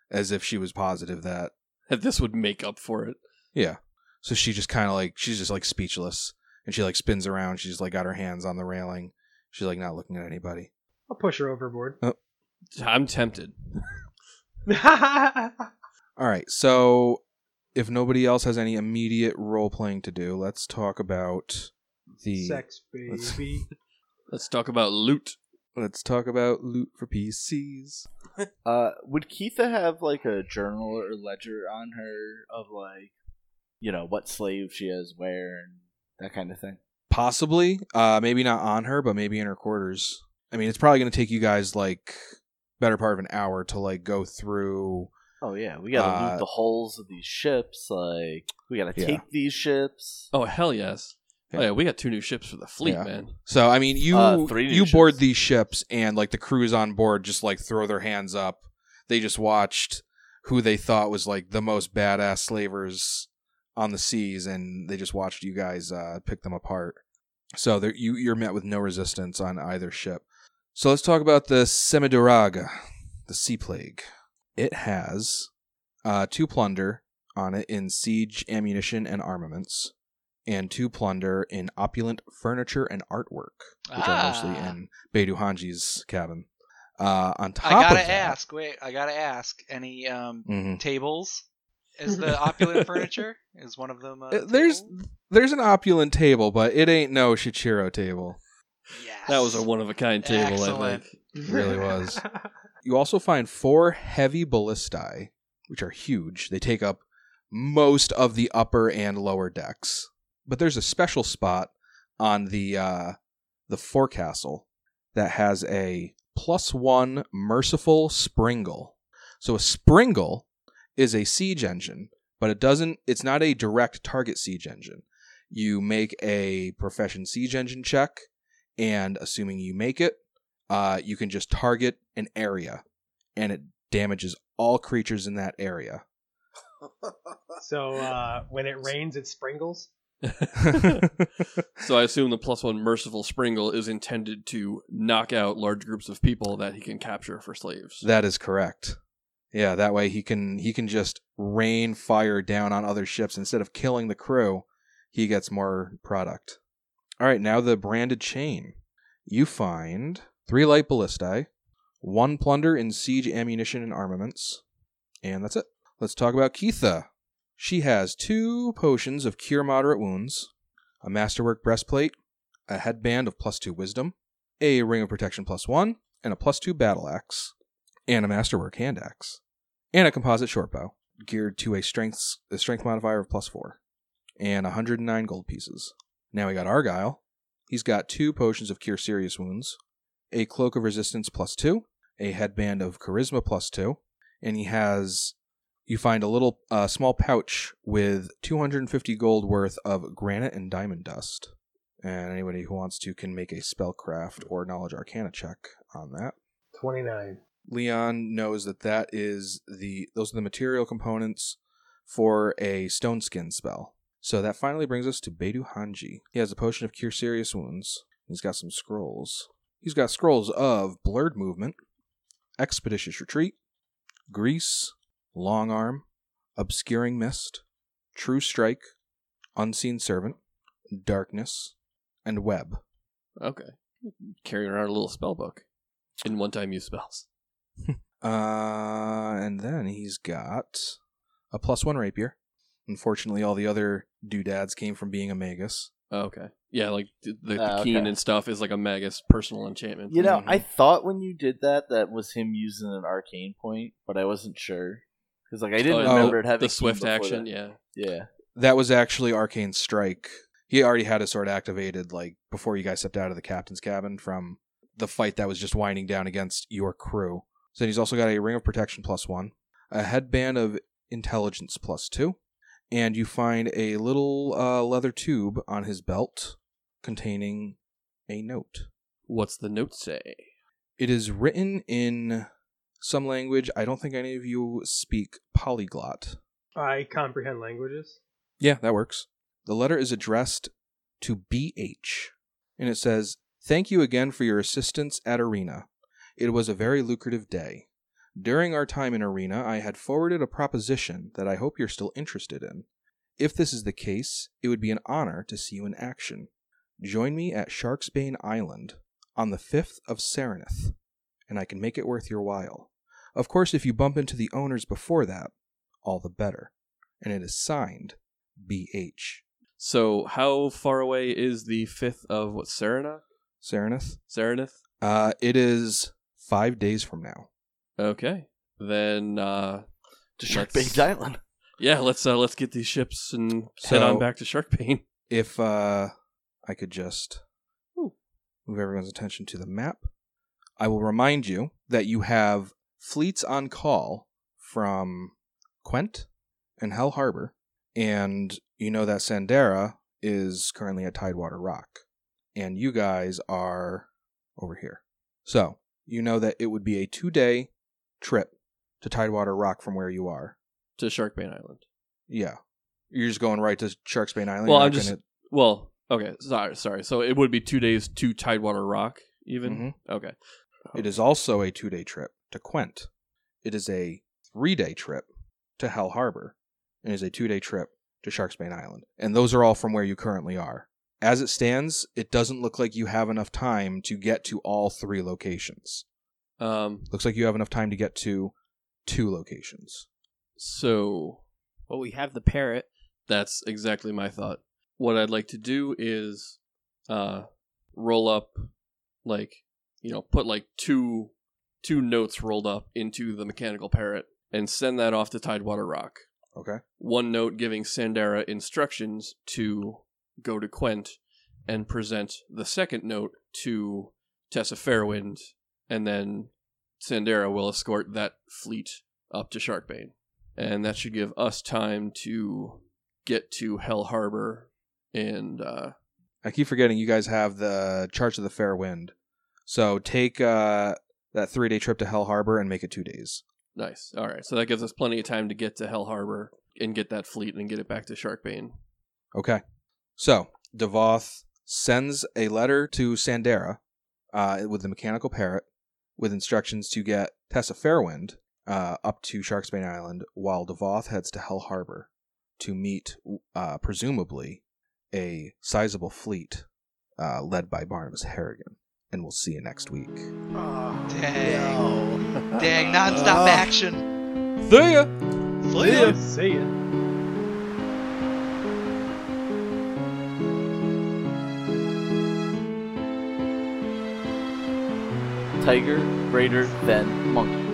[SPEAKER 3] as if she was positive that
[SPEAKER 2] That this would make up for it.
[SPEAKER 3] yeah. So she just kind of like she's just like speechless, and she like spins around. She's like got her hands on the railing. She's like not looking at anybody.
[SPEAKER 4] [LAUGHS] I'll push her overboard.
[SPEAKER 2] I'm tempted.
[SPEAKER 3] All right. So if nobody else has any immediate role playing to do, let's talk about the
[SPEAKER 4] Sex
[SPEAKER 3] Let's-
[SPEAKER 4] baby.
[SPEAKER 2] Let's talk about loot.
[SPEAKER 3] let's talk about loot for PCs.
[SPEAKER 1] Uh, would Keitha have like a journal or ledger on her of like, you know, what slave she has where and that kind of thing?
[SPEAKER 3] Possibly. Uh, maybe not on her, but maybe in her quarters. I mean, it's probably going to take you guys like better part of an hour to like go through.
[SPEAKER 1] Oh yeah, we gotta
[SPEAKER 3] Uh,
[SPEAKER 1] loot the holes of these ships. Like, we gotta
[SPEAKER 3] Yeah.
[SPEAKER 1] take these ships.
[SPEAKER 2] Oh hell yes. Oh
[SPEAKER 3] Yeah.
[SPEAKER 2] yeah, we got two new ships for the fleet,
[SPEAKER 3] Yeah.
[SPEAKER 2] man.
[SPEAKER 3] So I mean, you
[SPEAKER 1] Uh, three new
[SPEAKER 3] you board
[SPEAKER 1] ships.
[SPEAKER 3] these ships, and like the crews on board just like throw their hands up. They just watched who they thought was like the most badass slavers on the seas, and they just watched you guys uh, pick them apart. So there, you you're met with no resistance on either ship. So let's talk about the Semiduraga, the sea plague. It has uh, two plunder on it in siege ammunition and armaments, and two plunder in opulent furniture and artwork, which are mostly
[SPEAKER 5] Ah.
[SPEAKER 3] in Beiduhanji's cabin. Uh, on top
[SPEAKER 5] I gotta
[SPEAKER 3] of that,
[SPEAKER 5] ask. Wait, I gotta ask. Any um
[SPEAKER 3] Mhm.
[SPEAKER 2] Mm.
[SPEAKER 5] tables? Is the opulent furniture? Is one of them? Uh,
[SPEAKER 3] Uh, there's
[SPEAKER 5] table?
[SPEAKER 3] there's an opulent table, but it ain't no Shichiro table.
[SPEAKER 5] Yes.
[SPEAKER 2] That was a one of a kind table, I
[SPEAKER 5] Excellent.
[SPEAKER 2] think.
[SPEAKER 3] really was. You also find four heavy ballistae, which are huge. They take up most of the upper and lower decks. But there's a special spot on the uh, the forecastle that has a plus one merciful springle. So a springle is a siege engine, but it doesn't. It's not a direct target siege engine. You make a profession siege engine check, and assuming you make it, uh, you can just target an area and it damages all creatures in that area.
[SPEAKER 4] [LAUGHS]
[SPEAKER 3] [LAUGHS]
[SPEAKER 4] So uh, when it rains, it sprinkles.
[SPEAKER 2] so I assume the plus one merciful springle is intended to knock out large groups of people that he can capture for slaves.
[SPEAKER 3] that is correct. Yeah, that way he can he can just rain fire down on other ships instead of killing the crew, he gets more product. All right, now the branded chain. You find three light ballistae, one plunder in siege ammunition and armaments, and that's it. Let's talk about Keitha. She has two potions of cure moderate wounds, a masterwork breastplate, a headband of plus two wisdom, a ring of protection plus one, and a plus two battle axe, and a masterwork hand axe, and a composite shortbow geared to a strength a strength modifier of plus four, and 109 gold pieces. Now we got Argyle. He's got two potions of cure serious wounds, a cloak of resistance plus two, a headband of charisma plus two, and he has. You find a little uh, small pouch with 250 gold worth of granite and diamond dust. And anybody who wants to can make a spellcraft or knowledge arcana check on that.
[SPEAKER 4] Twenty nine.
[SPEAKER 3] Leon knows that that is the those are the material components for a stone skin spell. So that finally brings us to Beidou Hanji. He has a potion of cure serious wounds. He's got some scrolls. He's got scrolls of blurred movement, expeditious retreat, grease, long arm, obscuring mist, true strike, unseen servant, darkness, and web.
[SPEAKER 2] Okay. Carrying around a little spell book. In one time use spells.
[SPEAKER 3] Uh, and then he's got a plus one rapier. Unfortunately, all the other doodads came from being a magus.
[SPEAKER 2] Oh, okay. Yeah, like the, the
[SPEAKER 1] Ah,
[SPEAKER 2] keen
[SPEAKER 1] okay.
[SPEAKER 2] and stuff is like a magus personal enchantment.
[SPEAKER 1] You know,
[SPEAKER 3] Mhm.
[SPEAKER 1] I thought when you did that, that was him using an arcane point, but I wasn't sure because like I didn't
[SPEAKER 2] Oh,
[SPEAKER 1] remember it
[SPEAKER 2] the-
[SPEAKER 1] having
[SPEAKER 2] the swift action. Yeah.
[SPEAKER 1] Yeah, yeah.
[SPEAKER 3] That was actually arcane strike. He already had his sword activated, like before you guys stepped out of the captain's cabin from the fight that was just winding down against your crew. So then he's also got a ring of protection plus one, a headband of intelligence plus two, and you find a little uh, leather tube on his belt containing a note.
[SPEAKER 2] What's the note say?
[SPEAKER 3] It is written in some language. I don't think any of you speak polyglot.
[SPEAKER 4] I comprehend languages.
[SPEAKER 3] Yeah, that works. The letter is addressed to BH, and it says, Thank you again for your assistance at Arena. It was a very lucrative day. During our time in Arena, I had forwarded a proposition that I hope you're still interested in. If this is the case, it would be an honor to see you in action. Join me at Sharksbane Island on the 5th of Serenith, and I can make it worth your while. Of course, if you bump into the owners before that, all the better. And it is signed BH.
[SPEAKER 2] So how far away is the fifth of what Serena?
[SPEAKER 3] Serenith?
[SPEAKER 2] Serenith?
[SPEAKER 3] Uh, it is five days from now.
[SPEAKER 2] Okay. Then uh
[SPEAKER 1] To Shark
[SPEAKER 2] Let's-
[SPEAKER 1] Bay [LAUGHS] Island.
[SPEAKER 2] yeah, let's uh let's get these ships and head
[SPEAKER 3] So-
[SPEAKER 2] on back to Shark Pain.
[SPEAKER 3] If uh, I could just move everyone's attention to the map, I will remind you that you have fleets on call from Quent and Hell Harbor, and you know that Sandera is currently at Tidewater Rock, and you guys are over here. So you know that it would be a two-day trip to Tidewater Rock from where you are.
[SPEAKER 2] [LAUGHS] To Shark Bay Island.
[SPEAKER 3] Yeah. You're just going right to Shark's Bay Island.
[SPEAKER 2] Well,
[SPEAKER 3] You're
[SPEAKER 2] I'm
[SPEAKER 3] not
[SPEAKER 2] just-
[SPEAKER 3] gonna-
[SPEAKER 2] Well, okay, sorry, sorry. So it would be two days to Tidewater Rock, even.
[SPEAKER 3] Mhm.
[SPEAKER 1] Mm-hmm.
[SPEAKER 2] Okay.
[SPEAKER 3] It is also a two day trip to Quent. It is a three day trip to Hell Harbor. And it is a two day trip to Shark's Bay Island. And those are all from where you currently are. As it stands, it doesn't look like you have enough time to get to all three locations.
[SPEAKER 2] Um.
[SPEAKER 3] Looks like you have enough time to get to two locations.
[SPEAKER 2] So
[SPEAKER 6] Well, we have the parrot.
[SPEAKER 2] that's exactly my thought. What I'd like to do is, uh, roll up, like you know, put like two two notes rolled up into the mechanical parrot and send that off to Tidewater Rock.
[SPEAKER 3] Okay.
[SPEAKER 2] One note giving Sandera instructions to go to Quent and present the second note to Tessa Fairwind, and then Sandera will escort that fleet up to Sharkbane. And that should give us time to get to Hell Harbor and uh
[SPEAKER 3] I keep forgetting you guys have the Charge of the Fair Wind. So take uh, that three day trip to Hell Harbor and make it two days.
[SPEAKER 2] nice. All right. So that gives us plenty of time to get to Hell Harbor and get that fleet and get it back to Sharkbane.
[SPEAKER 3] Okay. So Devoth sends a letter to Sandera uh, with the mechanical parrot with instructions to get Tessa Fairwind uh, up to Shark's Bay Island while Devoth heads to Hell Harbor to meet, uh, presumably, a sizable fleet uh, led by Barnabas Harrigan. And we'll see you next week.
[SPEAKER 1] Oh,
[SPEAKER 5] Dang.
[SPEAKER 1] no.
[SPEAKER 5] Dang, nonstop
[SPEAKER 2] Uh,
[SPEAKER 1] Oh.
[SPEAKER 5] action.
[SPEAKER 3] See ya!
[SPEAKER 5] Flip.
[SPEAKER 4] See ya.
[SPEAKER 1] Tiger, Raider, then Monkey.